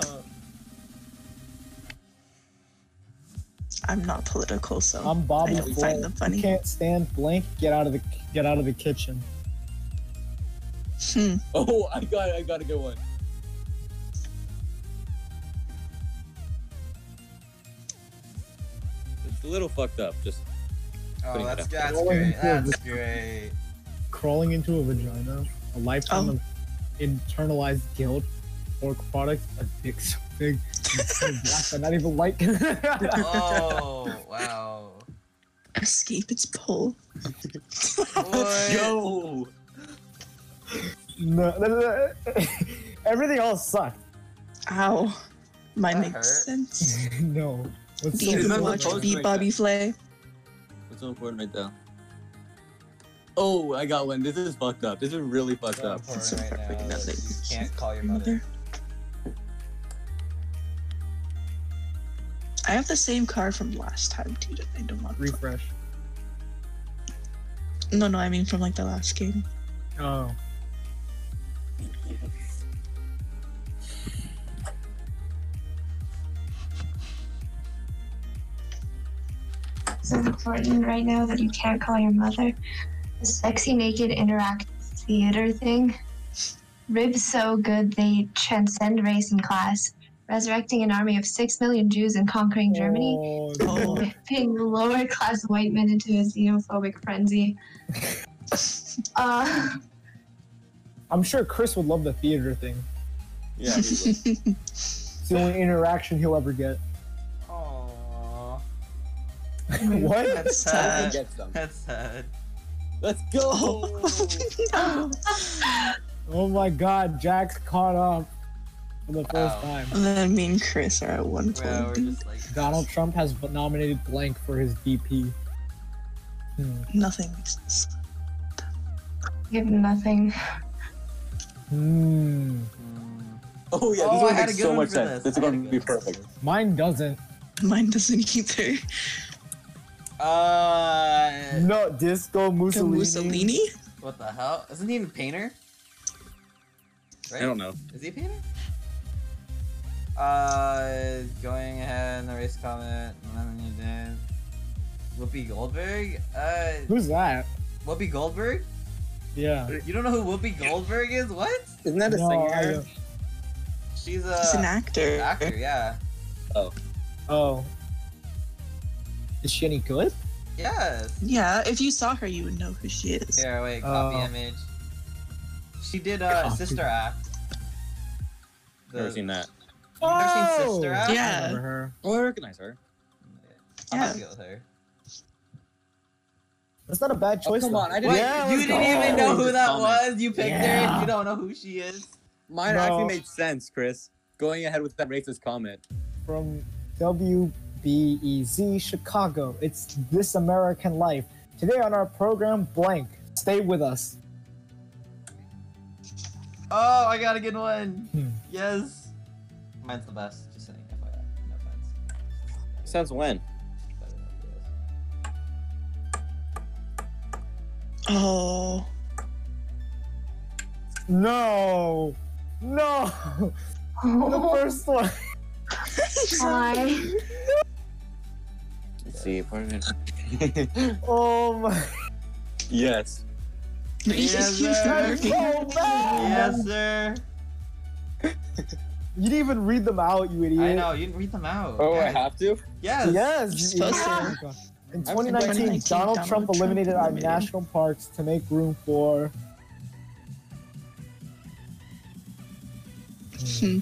[SPEAKER 3] I'm not political, so
[SPEAKER 1] I'm Bobby
[SPEAKER 3] I don't find
[SPEAKER 1] Flay.
[SPEAKER 3] them funny.
[SPEAKER 1] You can't stand blank. Get out of the get out of the kitchen.
[SPEAKER 3] Hmm.
[SPEAKER 7] (laughs) Oh, I got, I got a good one. It's a little fucked up. Just
[SPEAKER 2] Oh, that's, that's
[SPEAKER 1] Oh,
[SPEAKER 2] great.
[SPEAKER 1] yeah.
[SPEAKER 2] That's
[SPEAKER 1] (laughs)
[SPEAKER 2] great.
[SPEAKER 1] Crawling into a vagina, a lifetime
[SPEAKER 3] Oh.
[SPEAKER 1] of internalized guilt, pork products, a dick (laughs) so big, I'm not even like. (laughs)
[SPEAKER 2] Oh, wow.
[SPEAKER 3] escape its pull.
[SPEAKER 2] What?
[SPEAKER 7] yo.
[SPEAKER 1] no, no, no, no. (laughs) everything else sucked. (laughs)
[SPEAKER 3] Ow. Mine
[SPEAKER 2] That
[SPEAKER 3] makes
[SPEAKER 1] (laughs)
[SPEAKER 2] hurt.
[SPEAKER 3] sense.
[SPEAKER 1] no. What's
[SPEAKER 3] Do
[SPEAKER 1] so
[SPEAKER 3] you
[SPEAKER 7] Dude,
[SPEAKER 3] even
[SPEAKER 7] that's
[SPEAKER 1] cool
[SPEAKER 3] watch
[SPEAKER 1] about it?
[SPEAKER 7] supposed to
[SPEAKER 3] Beat
[SPEAKER 7] make
[SPEAKER 3] Bobby Flay?
[SPEAKER 7] What's so important right now? Oh, I got one. This is fucked up. This is really fucked
[SPEAKER 2] So
[SPEAKER 7] up.
[SPEAKER 2] important
[SPEAKER 3] It's
[SPEAKER 2] right
[SPEAKER 3] perfect,
[SPEAKER 2] now that
[SPEAKER 3] nothing.
[SPEAKER 2] You can't call your mother.
[SPEAKER 3] Mother. I have the same card from last time, dude. I don't want.
[SPEAKER 1] refresh?
[SPEAKER 3] No, no, I mean from like the last game.
[SPEAKER 1] Oh.
[SPEAKER 6] It's important right now that you can't call your mother. The sexy naked interactive theater thing. Ribs so good they transcend race and class. Resurrecting an army of six million Jews and conquering Germany.
[SPEAKER 1] Oh,
[SPEAKER 3] Oh. (laughs)
[SPEAKER 1] no.
[SPEAKER 6] Whipping lower class white men into a xenophobic frenzy. Uh,
[SPEAKER 1] I'm sure Chris would love the theater thing.
[SPEAKER 7] Yeah. we will.
[SPEAKER 1] It's the only interaction he'll ever get.
[SPEAKER 2] Aww.
[SPEAKER 1] What?
[SPEAKER 3] That's
[SPEAKER 7] I
[SPEAKER 3] sad.
[SPEAKER 7] get some.
[SPEAKER 2] That's sad.
[SPEAKER 7] Let's
[SPEAKER 3] Oh. (laughs) no.
[SPEAKER 7] go.
[SPEAKER 1] Oh my god, Jack's caught up. for the first
[SPEAKER 2] Wow.
[SPEAKER 1] time.
[SPEAKER 3] And then me and Chris are at one point.
[SPEAKER 2] Bro, we're just
[SPEAKER 1] (laughs)
[SPEAKER 2] like
[SPEAKER 1] Donald Trump has b- nominated blank for his DP. Hmm.
[SPEAKER 3] Nothing makes sense.
[SPEAKER 6] I have nothing.
[SPEAKER 1] Hmm.
[SPEAKER 2] Mm.
[SPEAKER 7] Oh yeah,
[SPEAKER 2] oh, I
[SPEAKER 7] this
[SPEAKER 2] had a
[SPEAKER 7] one makes
[SPEAKER 2] good
[SPEAKER 7] so
[SPEAKER 2] one
[SPEAKER 7] much
[SPEAKER 2] for
[SPEAKER 7] sense. This
[SPEAKER 2] This
[SPEAKER 7] is
[SPEAKER 2] I had a
[SPEAKER 7] going
[SPEAKER 2] good
[SPEAKER 7] to be
[SPEAKER 2] one for
[SPEAKER 7] perfect.
[SPEAKER 2] this.
[SPEAKER 1] Mine doesn't.
[SPEAKER 3] Mine doesn't (laughs) either.
[SPEAKER 2] Uh,
[SPEAKER 1] No, Disco
[SPEAKER 3] The
[SPEAKER 1] Mussolini.
[SPEAKER 3] Mussolini?
[SPEAKER 2] what the hell? Isn't he a painter?
[SPEAKER 7] I don't know.
[SPEAKER 2] Is he a painter? Uh, going ahead and erase comment. And then you did. Whoopi Goldberg? Uh,
[SPEAKER 1] Who's that?
[SPEAKER 2] Whoopi Goldberg?
[SPEAKER 1] Yeah.
[SPEAKER 2] You don't know who Whoopi Goldberg is? What?
[SPEAKER 7] Isn't that a
[SPEAKER 1] No, I
[SPEAKER 7] singer?
[SPEAKER 1] don't-
[SPEAKER 2] She's a
[SPEAKER 3] He's an actor.
[SPEAKER 2] actor, yeah.
[SPEAKER 1] oh. Is she any good?
[SPEAKER 2] Yes.
[SPEAKER 3] Yeah, if you saw her, you would know who she is.
[SPEAKER 2] Here, wait, copy
[SPEAKER 1] Oh.
[SPEAKER 2] image. She did uh,
[SPEAKER 1] Copy.
[SPEAKER 2] Sister Act.
[SPEAKER 7] Never seen that.
[SPEAKER 2] I've seen Sister Act.
[SPEAKER 1] I
[SPEAKER 3] Yeah.
[SPEAKER 1] remember her.
[SPEAKER 7] Oh, I recognize her.
[SPEAKER 2] I'm
[SPEAKER 3] Yeah.
[SPEAKER 2] happy with her.
[SPEAKER 1] That's not a bad
[SPEAKER 7] Oh,
[SPEAKER 1] choice.
[SPEAKER 7] come
[SPEAKER 1] though.
[SPEAKER 7] on, I didn't-
[SPEAKER 2] Wait,
[SPEAKER 1] Yeah,
[SPEAKER 2] you
[SPEAKER 1] let's
[SPEAKER 2] didn't
[SPEAKER 1] go.
[SPEAKER 2] even know who
[SPEAKER 7] Just
[SPEAKER 2] that
[SPEAKER 7] comment.
[SPEAKER 2] was. You picked her,
[SPEAKER 1] Yeah.
[SPEAKER 2] and you don't know who she is.
[SPEAKER 7] Mine
[SPEAKER 1] No.
[SPEAKER 7] actually made sense, Chris. Going ahead with that racist comment.
[SPEAKER 1] from WBEZ Chicago. It's This American Life. Today on our program, blank. Stay with us.
[SPEAKER 2] Oh, I got a good one.
[SPEAKER 1] Hmm.
[SPEAKER 2] Yes. Mine's the best. Just saying. FYI. No offense.
[SPEAKER 7] Since when?
[SPEAKER 2] Better than yours.
[SPEAKER 3] Oh.
[SPEAKER 1] No, no, (laughs) the first one.
[SPEAKER 6] Oh Why?
[SPEAKER 7] Let's see.
[SPEAKER 1] Oh
[SPEAKER 2] (laughs)
[SPEAKER 1] my.
[SPEAKER 5] Yes.
[SPEAKER 1] That's
[SPEAKER 2] Yes,
[SPEAKER 1] so
[SPEAKER 2] sir.
[SPEAKER 1] bad.
[SPEAKER 2] Yes, sir.
[SPEAKER 1] You didn't even read them out, you idiot.
[SPEAKER 2] I know you didn't read them out.
[SPEAKER 7] Oh, I
[SPEAKER 2] Guys,
[SPEAKER 7] have to.
[SPEAKER 2] Yes.
[SPEAKER 1] Yes. you
[SPEAKER 3] You're
[SPEAKER 1] idiot.
[SPEAKER 3] supposed
[SPEAKER 1] In
[SPEAKER 7] I was
[SPEAKER 1] 2019, Donald,
[SPEAKER 3] 2019,
[SPEAKER 1] Trump,
[SPEAKER 3] Donald Trump
[SPEAKER 1] eliminated our
[SPEAKER 3] eliminated.
[SPEAKER 1] national parks to make room for.
[SPEAKER 3] Hmm.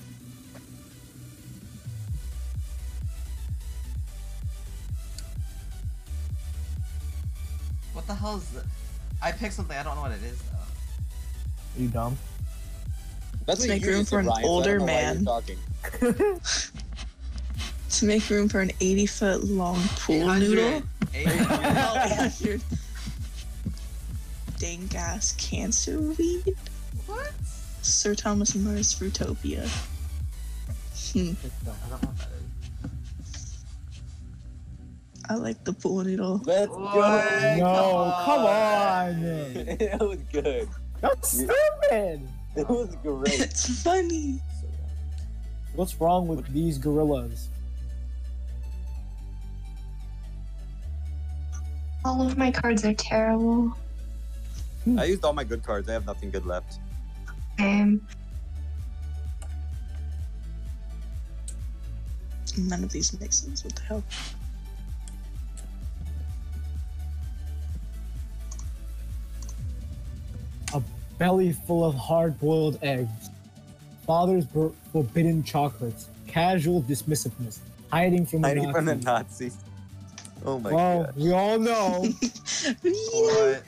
[SPEAKER 2] What the hell is? That? I picked something. I don't know what it is though.
[SPEAKER 1] Are you dumb?
[SPEAKER 7] That's what
[SPEAKER 3] Make
[SPEAKER 7] you
[SPEAKER 3] room
[SPEAKER 7] just
[SPEAKER 3] for
[SPEAKER 7] said,
[SPEAKER 3] an
[SPEAKER 7] Ryan, so I don't
[SPEAKER 3] older
[SPEAKER 7] know why you're
[SPEAKER 3] man.
[SPEAKER 7] talking.
[SPEAKER 3] To make room for an 80 foot long pool noodle.
[SPEAKER 2] 800.
[SPEAKER 3] Oh, (laughs) your Dank ass cancer weed.
[SPEAKER 2] what?
[SPEAKER 3] Sir Thomas Moore's Fruitopia. Hmm.
[SPEAKER 2] I don't know what that is.
[SPEAKER 3] I like the pool noodle.
[SPEAKER 7] Let's
[SPEAKER 2] What?
[SPEAKER 7] go.
[SPEAKER 1] No, come on.
[SPEAKER 7] (laughs) that was good.
[SPEAKER 1] That's
[SPEAKER 7] You-
[SPEAKER 1] stupid.
[SPEAKER 7] That was great.
[SPEAKER 3] (laughs) It's funny.
[SPEAKER 1] What's wrong with these gorillas?
[SPEAKER 6] All of my cards are terrible.
[SPEAKER 5] (laughs) I used all my good cards. I have nothing good left.
[SPEAKER 6] Um,
[SPEAKER 3] None of these make sense. What the hell?
[SPEAKER 1] belly full of hard-boiled eggs, father's bro- forbidden chocolates, casual dismissiveness, hiding from the
[SPEAKER 5] Hiding from the
[SPEAKER 1] Nazis.
[SPEAKER 5] Nazis. Oh my
[SPEAKER 1] Well,
[SPEAKER 5] god.
[SPEAKER 1] we all know.
[SPEAKER 3] Yeah,
[SPEAKER 2] What?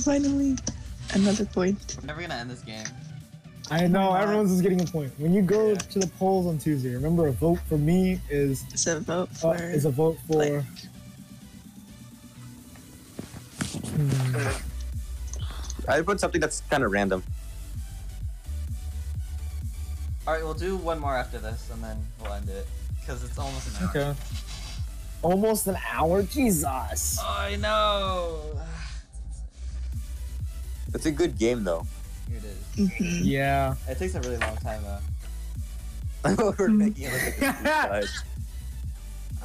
[SPEAKER 3] finally, another point.
[SPEAKER 2] We're never gonna end this game.
[SPEAKER 1] I know everyone's is getting a point. When you go to the polls on Tuesday, remember a vote for me is
[SPEAKER 3] It's a vote
[SPEAKER 1] uh,
[SPEAKER 3] for.
[SPEAKER 1] is a vote for.
[SPEAKER 3] Like-
[SPEAKER 1] Hmm.
[SPEAKER 5] I put something that's kind of random.
[SPEAKER 2] All right, we'll do one more after this, and then we'll end it because it's almost an hour.
[SPEAKER 1] Okay. Almost an hour, Jesus.
[SPEAKER 2] I know.
[SPEAKER 5] It's a good game though. (laughs)
[SPEAKER 2] Here it is.
[SPEAKER 3] Mhm.
[SPEAKER 7] (laughs)
[SPEAKER 1] Yeah.
[SPEAKER 2] It takes a really long time though.
[SPEAKER 5] We're
[SPEAKER 7] Hmm.
[SPEAKER 5] making it look like
[SPEAKER 1] Oh,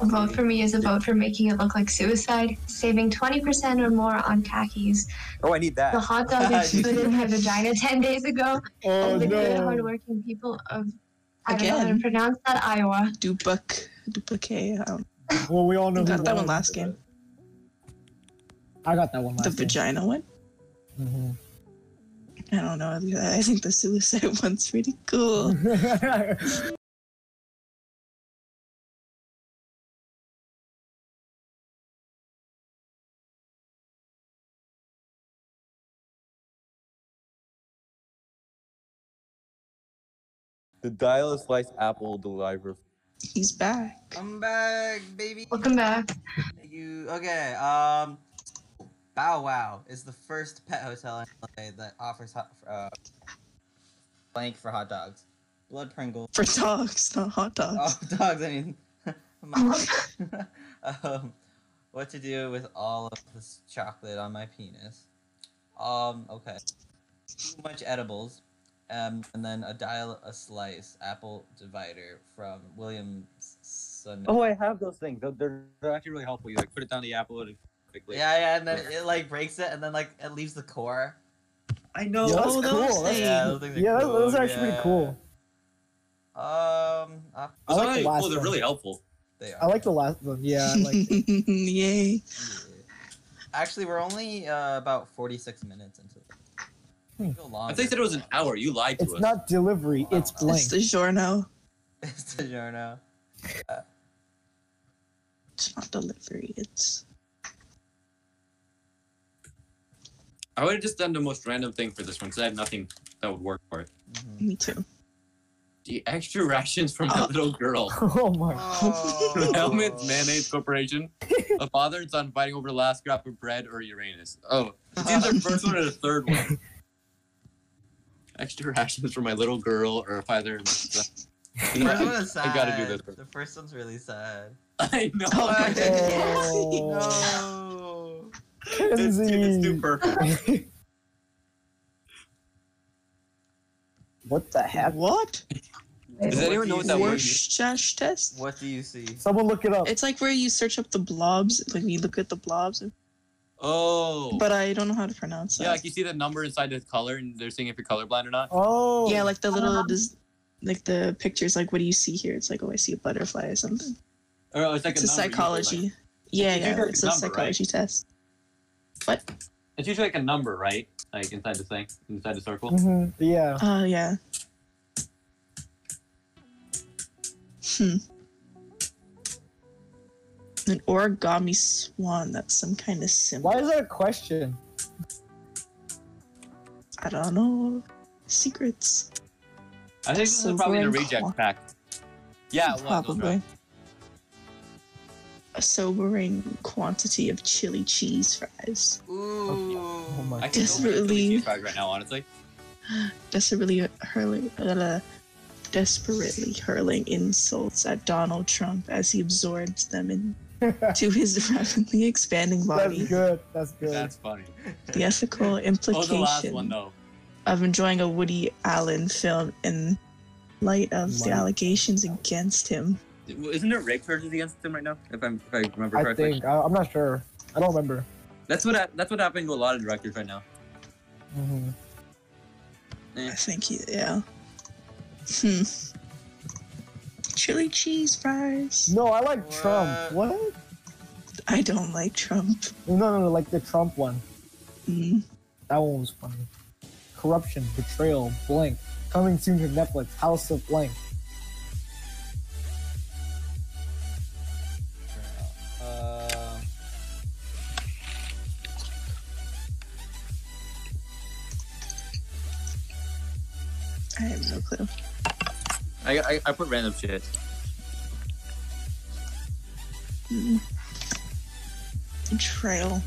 [SPEAKER 5] a suicide.
[SPEAKER 6] a vote for me is a vote for making it look like suicide, saving 20% or more on khakis.
[SPEAKER 5] Oh, I need
[SPEAKER 6] The
[SPEAKER 5] that.
[SPEAKER 1] (laughs)
[SPEAKER 6] hot dog exploded in my vagina 10 days ago.
[SPEAKER 1] Oh
[SPEAKER 6] the good,
[SPEAKER 1] no.
[SPEAKER 6] hardworking people of. I don't know how to
[SPEAKER 3] Again.
[SPEAKER 6] pronounce that, Iowa.
[SPEAKER 3] Dubuc. Dubuque. I don't
[SPEAKER 1] Well, we all know
[SPEAKER 3] know.
[SPEAKER 1] who
[SPEAKER 3] Got that
[SPEAKER 1] won.
[SPEAKER 3] one last game.
[SPEAKER 1] I got that one last.
[SPEAKER 3] The
[SPEAKER 1] game.
[SPEAKER 3] vagina one.
[SPEAKER 1] Mhm.
[SPEAKER 3] I don't know. I think the suicide (laughs) one's pretty cool.
[SPEAKER 1] Mm-hmm.
[SPEAKER 7] (laughs)
[SPEAKER 5] The dial a sliced apple deliver.
[SPEAKER 3] He's back.
[SPEAKER 2] I'm back, baby.
[SPEAKER 6] Welcome back.
[SPEAKER 2] You okay? Um, Bow Wow is the first pet hotel in LA that offers hot, uh, blank for hot dogs, blood Pringles.
[SPEAKER 3] For dogs, not hot dogs.
[SPEAKER 2] Oh, (laughs) dogs! I mean, my- (laughs) um, what to do with all of this chocolate on my penis? Um, okay. Too much edibles, um, and then a dial a slice apple divider from Williamson.
[SPEAKER 7] Oh, I have those things. They're- They're, they're actually really helpful. You like put it down the apple and it quickly.
[SPEAKER 2] yeah, yeah, and then it like breaks it, and then like it leaves the core.
[SPEAKER 7] I know.
[SPEAKER 1] Yeah,
[SPEAKER 3] Oh,
[SPEAKER 1] that's
[SPEAKER 3] those
[SPEAKER 1] cool. That's-
[SPEAKER 3] things.
[SPEAKER 2] Yeah, those, things
[SPEAKER 1] (laughs)
[SPEAKER 2] are
[SPEAKER 1] yeah, that- those
[SPEAKER 2] cool,
[SPEAKER 1] are actually
[SPEAKER 2] yeah.
[SPEAKER 1] pretty cool.
[SPEAKER 2] Um, uh,
[SPEAKER 1] I like the
[SPEAKER 7] oh,
[SPEAKER 1] last
[SPEAKER 7] they're
[SPEAKER 1] one.
[SPEAKER 7] really helpful.
[SPEAKER 2] they are.
[SPEAKER 1] I like the last one. Yeah, I like
[SPEAKER 7] (laughs)
[SPEAKER 3] (laughs) Yay.
[SPEAKER 2] Yeah. Actually, we're only uh, about forty-six minutes into.
[SPEAKER 1] Hmm.
[SPEAKER 2] It. Go
[SPEAKER 7] I
[SPEAKER 2] longer.
[SPEAKER 7] thought you said it was an hour. You lied to
[SPEAKER 1] it's
[SPEAKER 7] us.
[SPEAKER 1] not delivery,
[SPEAKER 2] Oh,
[SPEAKER 1] it's
[SPEAKER 2] no.
[SPEAKER 1] blank. (laughs)
[SPEAKER 3] It's the Giorno.
[SPEAKER 2] (laughs) It's DiGiorno.
[SPEAKER 3] It's not delivery. It's
[SPEAKER 7] I would have just done the most random thing for this one because I have nothing that would work for it.
[SPEAKER 2] Mhm.
[SPEAKER 3] me too.
[SPEAKER 7] The extra rations from (laughs) that little girl.
[SPEAKER 1] oh my.
[SPEAKER 3] (laughs)
[SPEAKER 2] Oh.
[SPEAKER 7] (laughs)
[SPEAKER 2] (laughs)
[SPEAKER 7] Helmets, Mayonnaise Corporation. A father and son fighting over the last scrap of bread or Uranus. Oh, it's either
[SPEAKER 1] (laughs)
[SPEAKER 7] the first one or the third one. Extra rations for my little girl or a father and son. (laughs) You know,
[SPEAKER 2] First one is
[SPEAKER 7] I-
[SPEAKER 2] sad.
[SPEAKER 7] I gotta do this one.
[SPEAKER 2] The first one's really sad.
[SPEAKER 7] I know.
[SPEAKER 3] Oh (laughs) my
[SPEAKER 1] Oh,
[SPEAKER 2] No.
[SPEAKER 7] It's, too- it's
[SPEAKER 1] Kenzie.
[SPEAKER 7] too perfect.
[SPEAKER 1] what the heck?
[SPEAKER 3] What?
[SPEAKER 7] Does
[SPEAKER 2] What
[SPEAKER 7] anyone
[SPEAKER 2] do
[SPEAKER 7] know
[SPEAKER 2] you
[SPEAKER 7] what that
[SPEAKER 2] see?
[SPEAKER 7] word
[SPEAKER 3] Worcestershire
[SPEAKER 2] (laughs)
[SPEAKER 3] test?
[SPEAKER 2] What do you see?
[SPEAKER 1] Someone look it up.
[SPEAKER 3] It's like where you search up the blobs, like you look at the blobs,
[SPEAKER 7] Oh.
[SPEAKER 3] but I don't know how to pronounce that.
[SPEAKER 7] yeah, like you see the number inside the color and they're seeing if you're colorblind or not.
[SPEAKER 1] oh.
[SPEAKER 3] Yeah, like the little,
[SPEAKER 6] Um,
[SPEAKER 3] dis- like the pictures, like what do you see here? It's like, oh, I see a butterfly or something.
[SPEAKER 7] Or oh, it's like
[SPEAKER 3] It's
[SPEAKER 7] a
[SPEAKER 3] a
[SPEAKER 7] number, usually, like-
[SPEAKER 3] psychology. Yeah,
[SPEAKER 7] You do
[SPEAKER 3] yeah,
[SPEAKER 7] the
[SPEAKER 3] it's a
[SPEAKER 7] number, right?
[SPEAKER 3] psychology test. What?
[SPEAKER 7] It's usually like a number, right? Like inside the thing, inside the circle.
[SPEAKER 1] hmm Yeah.
[SPEAKER 3] Oh, yeah. Hmm. An origami swan. That's some kind of symbol.
[SPEAKER 1] Why is that a question? (laughs)
[SPEAKER 3] I don't know. Secrets.
[SPEAKER 7] I think this
[SPEAKER 3] So
[SPEAKER 7] is probably in a
[SPEAKER 3] we're in
[SPEAKER 7] reject
[SPEAKER 3] clock.
[SPEAKER 7] pack. Yeah, it was. those were-
[SPEAKER 3] Probably. A sobering quantity of chili cheese fries.
[SPEAKER 2] Ooh.
[SPEAKER 1] Oh my
[SPEAKER 7] I
[SPEAKER 1] god.
[SPEAKER 7] can
[SPEAKER 3] Desperately.
[SPEAKER 7] Desperately. right now, honestly.
[SPEAKER 3] Desperately hurling, uh, desperately hurling insults at Donald Trump as he absorbs them
[SPEAKER 1] (laughs)
[SPEAKER 3] into his rapidly expanding
[SPEAKER 1] That's
[SPEAKER 3] body.
[SPEAKER 1] good. That's good.
[SPEAKER 7] That's funny.
[SPEAKER 3] The ethical
[SPEAKER 7] Oh, the last
[SPEAKER 3] implication
[SPEAKER 7] one though.
[SPEAKER 3] of enjoying a Woody Allen film in light of the
[SPEAKER 1] Light.
[SPEAKER 3] allegations against him.
[SPEAKER 7] Isn't it rape charges against him right now? If I'm, if I remember
[SPEAKER 1] I
[SPEAKER 7] correctly.
[SPEAKER 1] think. I, I'm not sure. I don't remember.
[SPEAKER 7] That's what hap- that's what happened to a lot of directors right now.
[SPEAKER 1] Mm-hmm.
[SPEAKER 3] I think he, yeah. Hmm. Chili cheese fries.
[SPEAKER 1] No, I like Trump.
[SPEAKER 2] What?
[SPEAKER 1] What?
[SPEAKER 3] I don't like Trump.
[SPEAKER 1] No, no, no. Like the Trump one.
[SPEAKER 3] Mm.
[SPEAKER 1] That one was funny. Corruption, betrayal, blank. Coming soon to Netflix. House of blank.
[SPEAKER 2] Uh,
[SPEAKER 3] I have no clue.
[SPEAKER 7] I, I, I put random shit.
[SPEAKER 3] Hmm. Trail.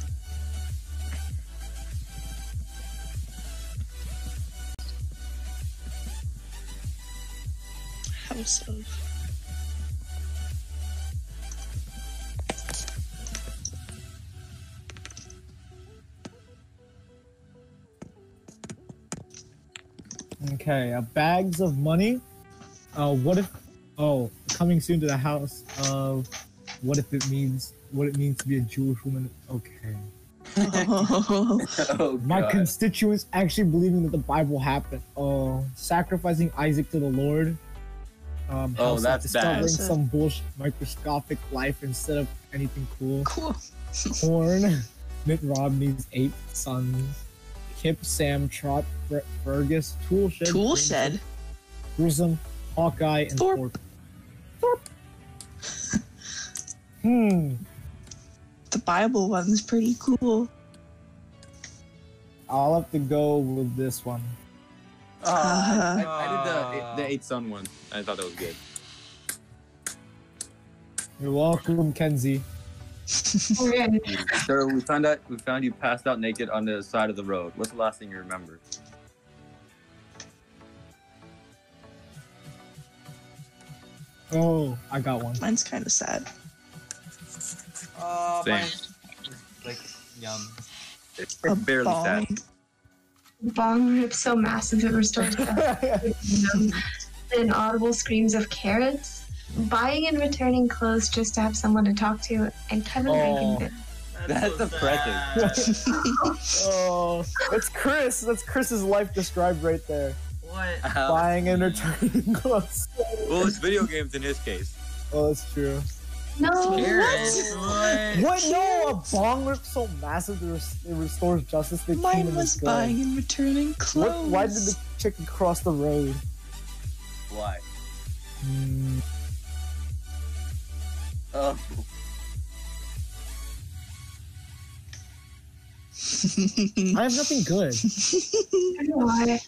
[SPEAKER 3] House of.
[SPEAKER 1] (laughs) Okay, uh, bags of money. Uh, what if? Oh, coming soon to the house of. What if it means? What it means to be a Jewish woman? Okay.
[SPEAKER 7] Oh,
[SPEAKER 1] My constituents actually believing that the Bible happened. Oh, sacrificing Isaac to the Lord. Um,
[SPEAKER 7] Oh,
[SPEAKER 1] house of
[SPEAKER 7] that's
[SPEAKER 1] discovering
[SPEAKER 7] bad.
[SPEAKER 1] some bullshit microscopic life instead of anything cool.
[SPEAKER 3] cool.
[SPEAKER 1] Corn, (laughs) Mitt Romney's eight sons, Kip, Sam, Trot, Fer- Fergus, Toolshed,
[SPEAKER 3] Tool
[SPEAKER 1] Grissom-
[SPEAKER 3] shed.
[SPEAKER 1] Grissom, Hawkeye, and
[SPEAKER 3] Thorpe.
[SPEAKER 1] Thorpe. (laughs) Hmm.
[SPEAKER 3] The Bible one's pretty cool.
[SPEAKER 1] I'll have to go with this one.
[SPEAKER 3] Uh,
[SPEAKER 7] Ah, I, I did the the eight sun one. I thought that was (laughs) good.
[SPEAKER 1] You're welcome, Kenzie.
[SPEAKER 6] Okay.
[SPEAKER 5] Sir, we found out we found you passed out naked on the side of the road. What's the last thing you remember?
[SPEAKER 1] Oh, I got one.
[SPEAKER 3] mine's kind of sad.
[SPEAKER 2] Oh,
[SPEAKER 7] Same.
[SPEAKER 2] mine's, Like, yum.
[SPEAKER 5] It's
[SPEAKER 3] A
[SPEAKER 5] barely sad.
[SPEAKER 3] bong.
[SPEAKER 6] Bong rips so massive it restores (laughs) them. and audible screams of carrots. Buying and returning clothes just to have someone to talk to, and Kevin
[SPEAKER 1] Oh.
[SPEAKER 6] making
[SPEAKER 5] That's
[SPEAKER 2] so
[SPEAKER 5] depressing.
[SPEAKER 2] sad.
[SPEAKER 1] (laughs) oh, that's Chris. That's Chris's life described right there.
[SPEAKER 2] what?
[SPEAKER 3] Uh,
[SPEAKER 5] Ow.
[SPEAKER 1] Buying and returning (laughs) clothes.
[SPEAKER 5] Well, it's video games in his case.
[SPEAKER 1] Oh, that's true.
[SPEAKER 6] No,
[SPEAKER 2] Carrots? What?
[SPEAKER 1] What? No, a bong rip so massive that res- it restores justice. That
[SPEAKER 3] Mine
[SPEAKER 1] human
[SPEAKER 3] was
[SPEAKER 1] is good.
[SPEAKER 3] buying and returning
[SPEAKER 1] What,
[SPEAKER 3] clothes.
[SPEAKER 1] why did the chicken cross the road?
[SPEAKER 5] Why?
[SPEAKER 1] Mm,
[SPEAKER 5] Oh,
[SPEAKER 1] I have nothing good. (laughs)
[SPEAKER 6] I don't know why.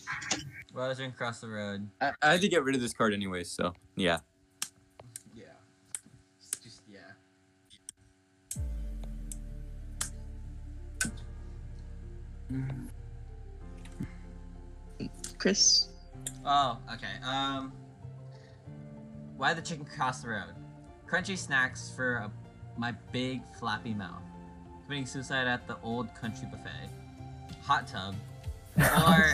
[SPEAKER 2] Well, I was going across the road.
[SPEAKER 7] I, I had to get rid of this card anyway, so yeah.
[SPEAKER 2] Yeah. It's just, yeah.
[SPEAKER 3] Chris?
[SPEAKER 2] Oh, okay. Um, why the chicken cross the road? Crunchy snacks for a, my big flappy mouth. Committing suicide at the old country buffet. Hot tub. Or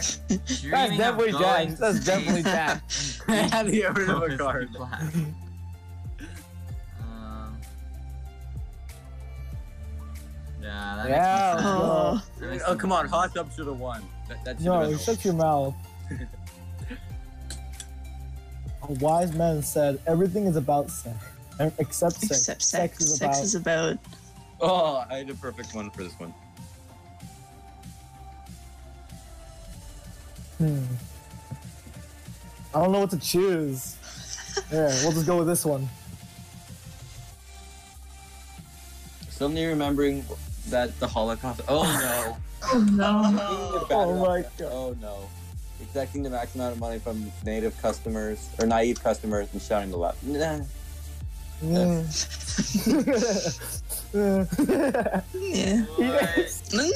[SPEAKER 1] (laughs)
[SPEAKER 2] dreaming
[SPEAKER 1] That's
[SPEAKER 2] of
[SPEAKER 1] definitely
[SPEAKER 2] going
[SPEAKER 1] Jack.
[SPEAKER 2] to
[SPEAKER 1] That's
[SPEAKER 2] space
[SPEAKER 5] (laughs)
[SPEAKER 1] definitely Jack.
[SPEAKER 2] (laughs) and
[SPEAKER 7] I had to get rid of a
[SPEAKER 2] purposely
[SPEAKER 1] (laughs)
[SPEAKER 7] card.
[SPEAKER 2] black. Um, yeah. That
[SPEAKER 1] Yeah.
[SPEAKER 2] Makes me sad.
[SPEAKER 3] Oh,
[SPEAKER 2] That makes
[SPEAKER 7] Oh
[SPEAKER 2] me
[SPEAKER 7] come on,
[SPEAKER 2] sad.
[SPEAKER 7] hot tub should have won. That, that should've
[SPEAKER 1] No,
[SPEAKER 7] been-
[SPEAKER 1] shut your mouth. A wise man said, "Everything is about sex, and- except sex.
[SPEAKER 3] except sex.
[SPEAKER 1] is
[SPEAKER 3] sex
[SPEAKER 1] about
[SPEAKER 3] is about
[SPEAKER 5] oh, I had a perfect one for this one.
[SPEAKER 1] Hmm. I don't know what to
[SPEAKER 3] (laughs)
[SPEAKER 1] choose. yeah, we'll just go with this one.
[SPEAKER 5] Suddenly remembering that the Holocaust. Oh (laughs) no.
[SPEAKER 6] Oh
[SPEAKER 1] (laughs)
[SPEAKER 6] no.
[SPEAKER 5] Oh,
[SPEAKER 1] Oh my god.
[SPEAKER 5] Oh no. Exacting the max amount of money from native customers or naive customers and shouting the loud. Nah.
[SPEAKER 1] Hmm.
[SPEAKER 3] (laughs)
[SPEAKER 1] Mm.
[SPEAKER 3] yeah.
[SPEAKER 1] (laughs) yes.
[SPEAKER 3] No.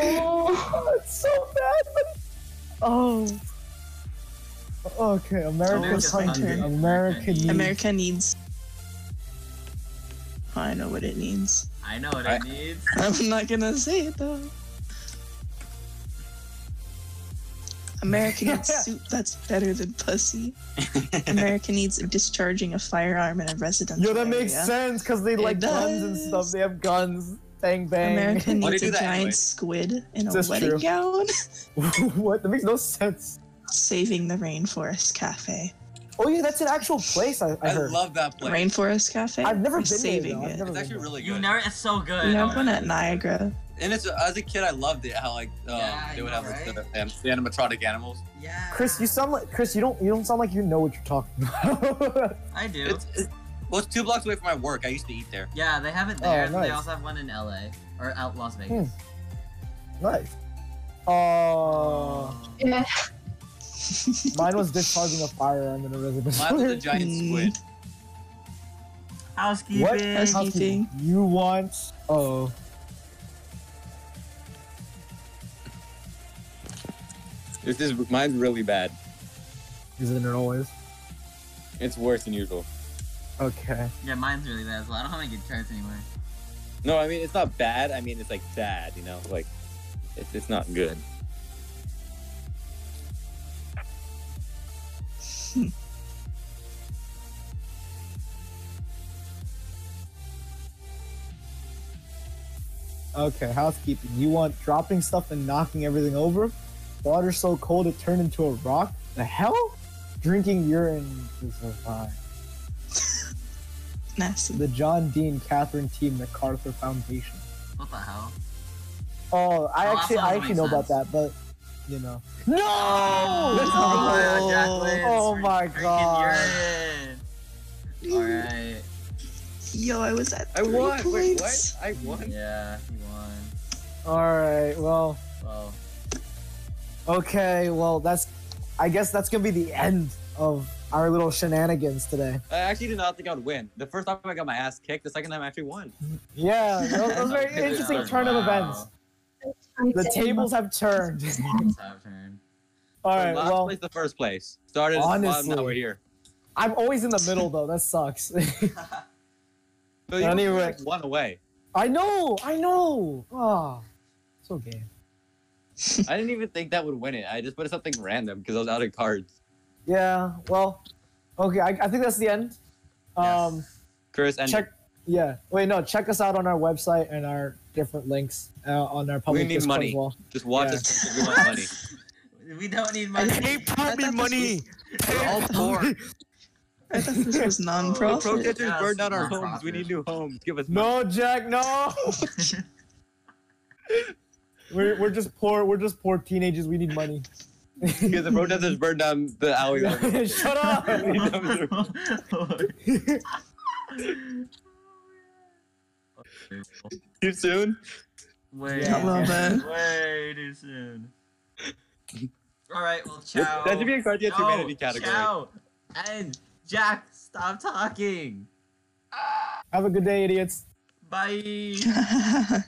[SPEAKER 1] Oh, (laughs) it's so bad. But... Oh. Okay, America's
[SPEAKER 2] America's
[SPEAKER 1] hungry.
[SPEAKER 2] hungry.
[SPEAKER 1] America needs.
[SPEAKER 3] America needs. Oh, I know what it needs. (laughs)
[SPEAKER 2] I know what
[SPEAKER 5] I-
[SPEAKER 2] it needs.
[SPEAKER 3] I'm not gonna say it though.
[SPEAKER 1] (laughs)
[SPEAKER 3] America needs soup that's better than pussy. America needs discharging a firearm in a residential
[SPEAKER 1] Yo, that makes
[SPEAKER 3] area.
[SPEAKER 1] sense because they
[SPEAKER 3] It
[SPEAKER 1] like guns and stuff.
[SPEAKER 3] does.
[SPEAKER 1] They have guns. Bang bang.
[SPEAKER 3] America
[SPEAKER 7] Why do
[SPEAKER 3] needs
[SPEAKER 7] you
[SPEAKER 3] a
[SPEAKER 7] do that
[SPEAKER 3] giant
[SPEAKER 7] anyway?
[SPEAKER 3] squid in a
[SPEAKER 1] That's
[SPEAKER 3] wedding
[SPEAKER 1] true.
[SPEAKER 3] gown.
[SPEAKER 1] (laughs) what? That makes no sense.
[SPEAKER 3] Saving the Rainforest Cafe.
[SPEAKER 1] Oh yeah, that's an actual place. I, I
[SPEAKER 7] I
[SPEAKER 1] heard.
[SPEAKER 7] love that place.
[SPEAKER 3] Rainforest Cafe.
[SPEAKER 1] I've never
[SPEAKER 3] We're
[SPEAKER 1] been there,
[SPEAKER 3] saving
[SPEAKER 1] though. I've
[SPEAKER 3] it.
[SPEAKER 1] never
[SPEAKER 7] It's
[SPEAKER 1] been
[SPEAKER 7] actually
[SPEAKER 1] there.
[SPEAKER 7] really
[SPEAKER 2] You
[SPEAKER 7] good.
[SPEAKER 2] never. It's so good.
[SPEAKER 3] You know,
[SPEAKER 2] Oh
[SPEAKER 3] one
[SPEAKER 2] my
[SPEAKER 3] at Niagara.
[SPEAKER 7] And it's as a kid, I loved it. How like um,
[SPEAKER 2] Yeah, I
[SPEAKER 7] they would
[SPEAKER 2] know,
[SPEAKER 7] have like,
[SPEAKER 2] right?
[SPEAKER 7] the, um, the animatronic animals.
[SPEAKER 2] Yeah.
[SPEAKER 1] Chris, you sound like Chris. You don't. You don't sound like you know what you're talking about. (laughs)
[SPEAKER 2] I do.
[SPEAKER 7] It's, it, well, it's two blocks away from my work. I used to eat there.
[SPEAKER 2] yeah, they have it there. and They
[SPEAKER 1] Oh, nice. Hmm.
[SPEAKER 2] also have one in LA or out Las Vegas.
[SPEAKER 1] nice. Uh,
[SPEAKER 6] Yeah.
[SPEAKER 1] mine was discharging a firearm in a
[SPEAKER 7] Mine
[SPEAKER 1] residential. (laughs)
[SPEAKER 7] was a
[SPEAKER 1] area.
[SPEAKER 7] giant
[SPEAKER 3] Mm.
[SPEAKER 7] squid.
[SPEAKER 2] Housekeeping.
[SPEAKER 1] What
[SPEAKER 3] That's
[SPEAKER 1] else do
[SPEAKER 3] housekeeping.
[SPEAKER 1] you want? Oh,
[SPEAKER 5] This is mine's really bad.
[SPEAKER 1] isn't it always?
[SPEAKER 5] It's worse than usual.
[SPEAKER 1] Okay.
[SPEAKER 2] Yeah, mine's really bad as well. I don't have any good cards anymore.
[SPEAKER 5] No, I mean it's not bad. I mean it's like sad, you know, like it's, it's not good.
[SPEAKER 1] Okay. Housekeeping. You want dropping stuff and knocking everything over? Water so cold it turned into a rock. The hell? Drinking urine to survive.
[SPEAKER 3] Nasty.
[SPEAKER 1] The John D. and Catherine T. MacArthur Foundation.
[SPEAKER 2] What the hell?
[SPEAKER 1] Oh, I
[SPEAKER 2] Oh,
[SPEAKER 1] actually,
[SPEAKER 2] that
[SPEAKER 1] I
[SPEAKER 2] makes
[SPEAKER 1] actually know about
[SPEAKER 2] sense.
[SPEAKER 1] that, but you know.
[SPEAKER 5] Oh,
[SPEAKER 2] Let's
[SPEAKER 1] No!
[SPEAKER 2] go there,
[SPEAKER 3] Oh.
[SPEAKER 2] Jacqueline.
[SPEAKER 1] Oh
[SPEAKER 2] We're
[SPEAKER 1] my
[SPEAKER 2] freaking
[SPEAKER 1] God.
[SPEAKER 2] urine. All
[SPEAKER 1] (laughs)
[SPEAKER 2] right.
[SPEAKER 3] Yo, I was at
[SPEAKER 5] I
[SPEAKER 3] three
[SPEAKER 5] won.
[SPEAKER 3] points.
[SPEAKER 5] Wait, what? I won.
[SPEAKER 2] Yeah, he won.
[SPEAKER 1] All right. Well,
[SPEAKER 2] Well,
[SPEAKER 1] Okay, well, that's. I guess that's gonna be the end of our little shenanigans today.
[SPEAKER 7] I actually did not think I'd win. The first time I got my ass kicked, the second time I actually won.
[SPEAKER 1] (laughs) Yeah, that that was very
[SPEAKER 7] Okay,
[SPEAKER 1] interesting
[SPEAKER 7] yeah.
[SPEAKER 1] turn of events. The tables have (laughs) turned. All
[SPEAKER 7] From
[SPEAKER 1] right,
[SPEAKER 7] last
[SPEAKER 1] well,
[SPEAKER 7] place to first place. Started at the bottom,
[SPEAKER 1] Honestly.
[SPEAKER 7] now we're here.
[SPEAKER 1] I'm always in the middle though. That sucks. (laughs)
[SPEAKER 7] So you
[SPEAKER 1] Anyway.
[SPEAKER 7] were like one away.
[SPEAKER 1] I know, I know. Ah, it's okay.
[SPEAKER 7] I didn't even think that would win it. I just put something random because I was out of cards.
[SPEAKER 1] Yeah. Well, okay. I, I think that's the end. Um,
[SPEAKER 7] Chris and
[SPEAKER 1] check. Yeah. Wait, no. Check us out on our website and our different links uh, on our public
[SPEAKER 7] need
[SPEAKER 1] Discord
[SPEAKER 7] money.
[SPEAKER 1] as well.
[SPEAKER 7] just watch
[SPEAKER 1] Yeah.
[SPEAKER 7] us because we want
[SPEAKER 1] (laughs)
[SPEAKER 7] money.
[SPEAKER 2] we don't need money.
[SPEAKER 8] They
[SPEAKER 2] I
[SPEAKER 8] brought me
[SPEAKER 2] thought this
[SPEAKER 8] money.
[SPEAKER 2] was-
[SPEAKER 8] We're all poor.
[SPEAKER 3] I thought this (laughs) was
[SPEAKER 7] The
[SPEAKER 2] Profit.
[SPEAKER 3] non-profit.
[SPEAKER 7] protesters
[SPEAKER 2] Yes,
[SPEAKER 7] burned down our
[SPEAKER 2] non-profit.
[SPEAKER 7] homes. We need new homes. Give us
[SPEAKER 1] No,
[SPEAKER 7] money.
[SPEAKER 1] Jack. No. we're we're just poor. We're just poor teenagers. We need
[SPEAKER 7] (laughs)
[SPEAKER 1] money. (laughs)
[SPEAKER 7] Because the protesters burned down the alley. (laughs)
[SPEAKER 1] Shut up.
[SPEAKER 7] Too soon?
[SPEAKER 2] Way
[SPEAKER 1] Yeah.
[SPEAKER 3] A little
[SPEAKER 2] too
[SPEAKER 3] bit.
[SPEAKER 2] soon. Way too soon. All right, well, ciao.
[SPEAKER 7] That should be a card against
[SPEAKER 2] No,
[SPEAKER 7] humanity category.
[SPEAKER 2] Ciao. And Jack, stop talking.
[SPEAKER 1] Have a good day, idiots.
[SPEAKER 3] (laughs)
[SPEAKER 2] Bye.
[SPEAKER 3] Bye.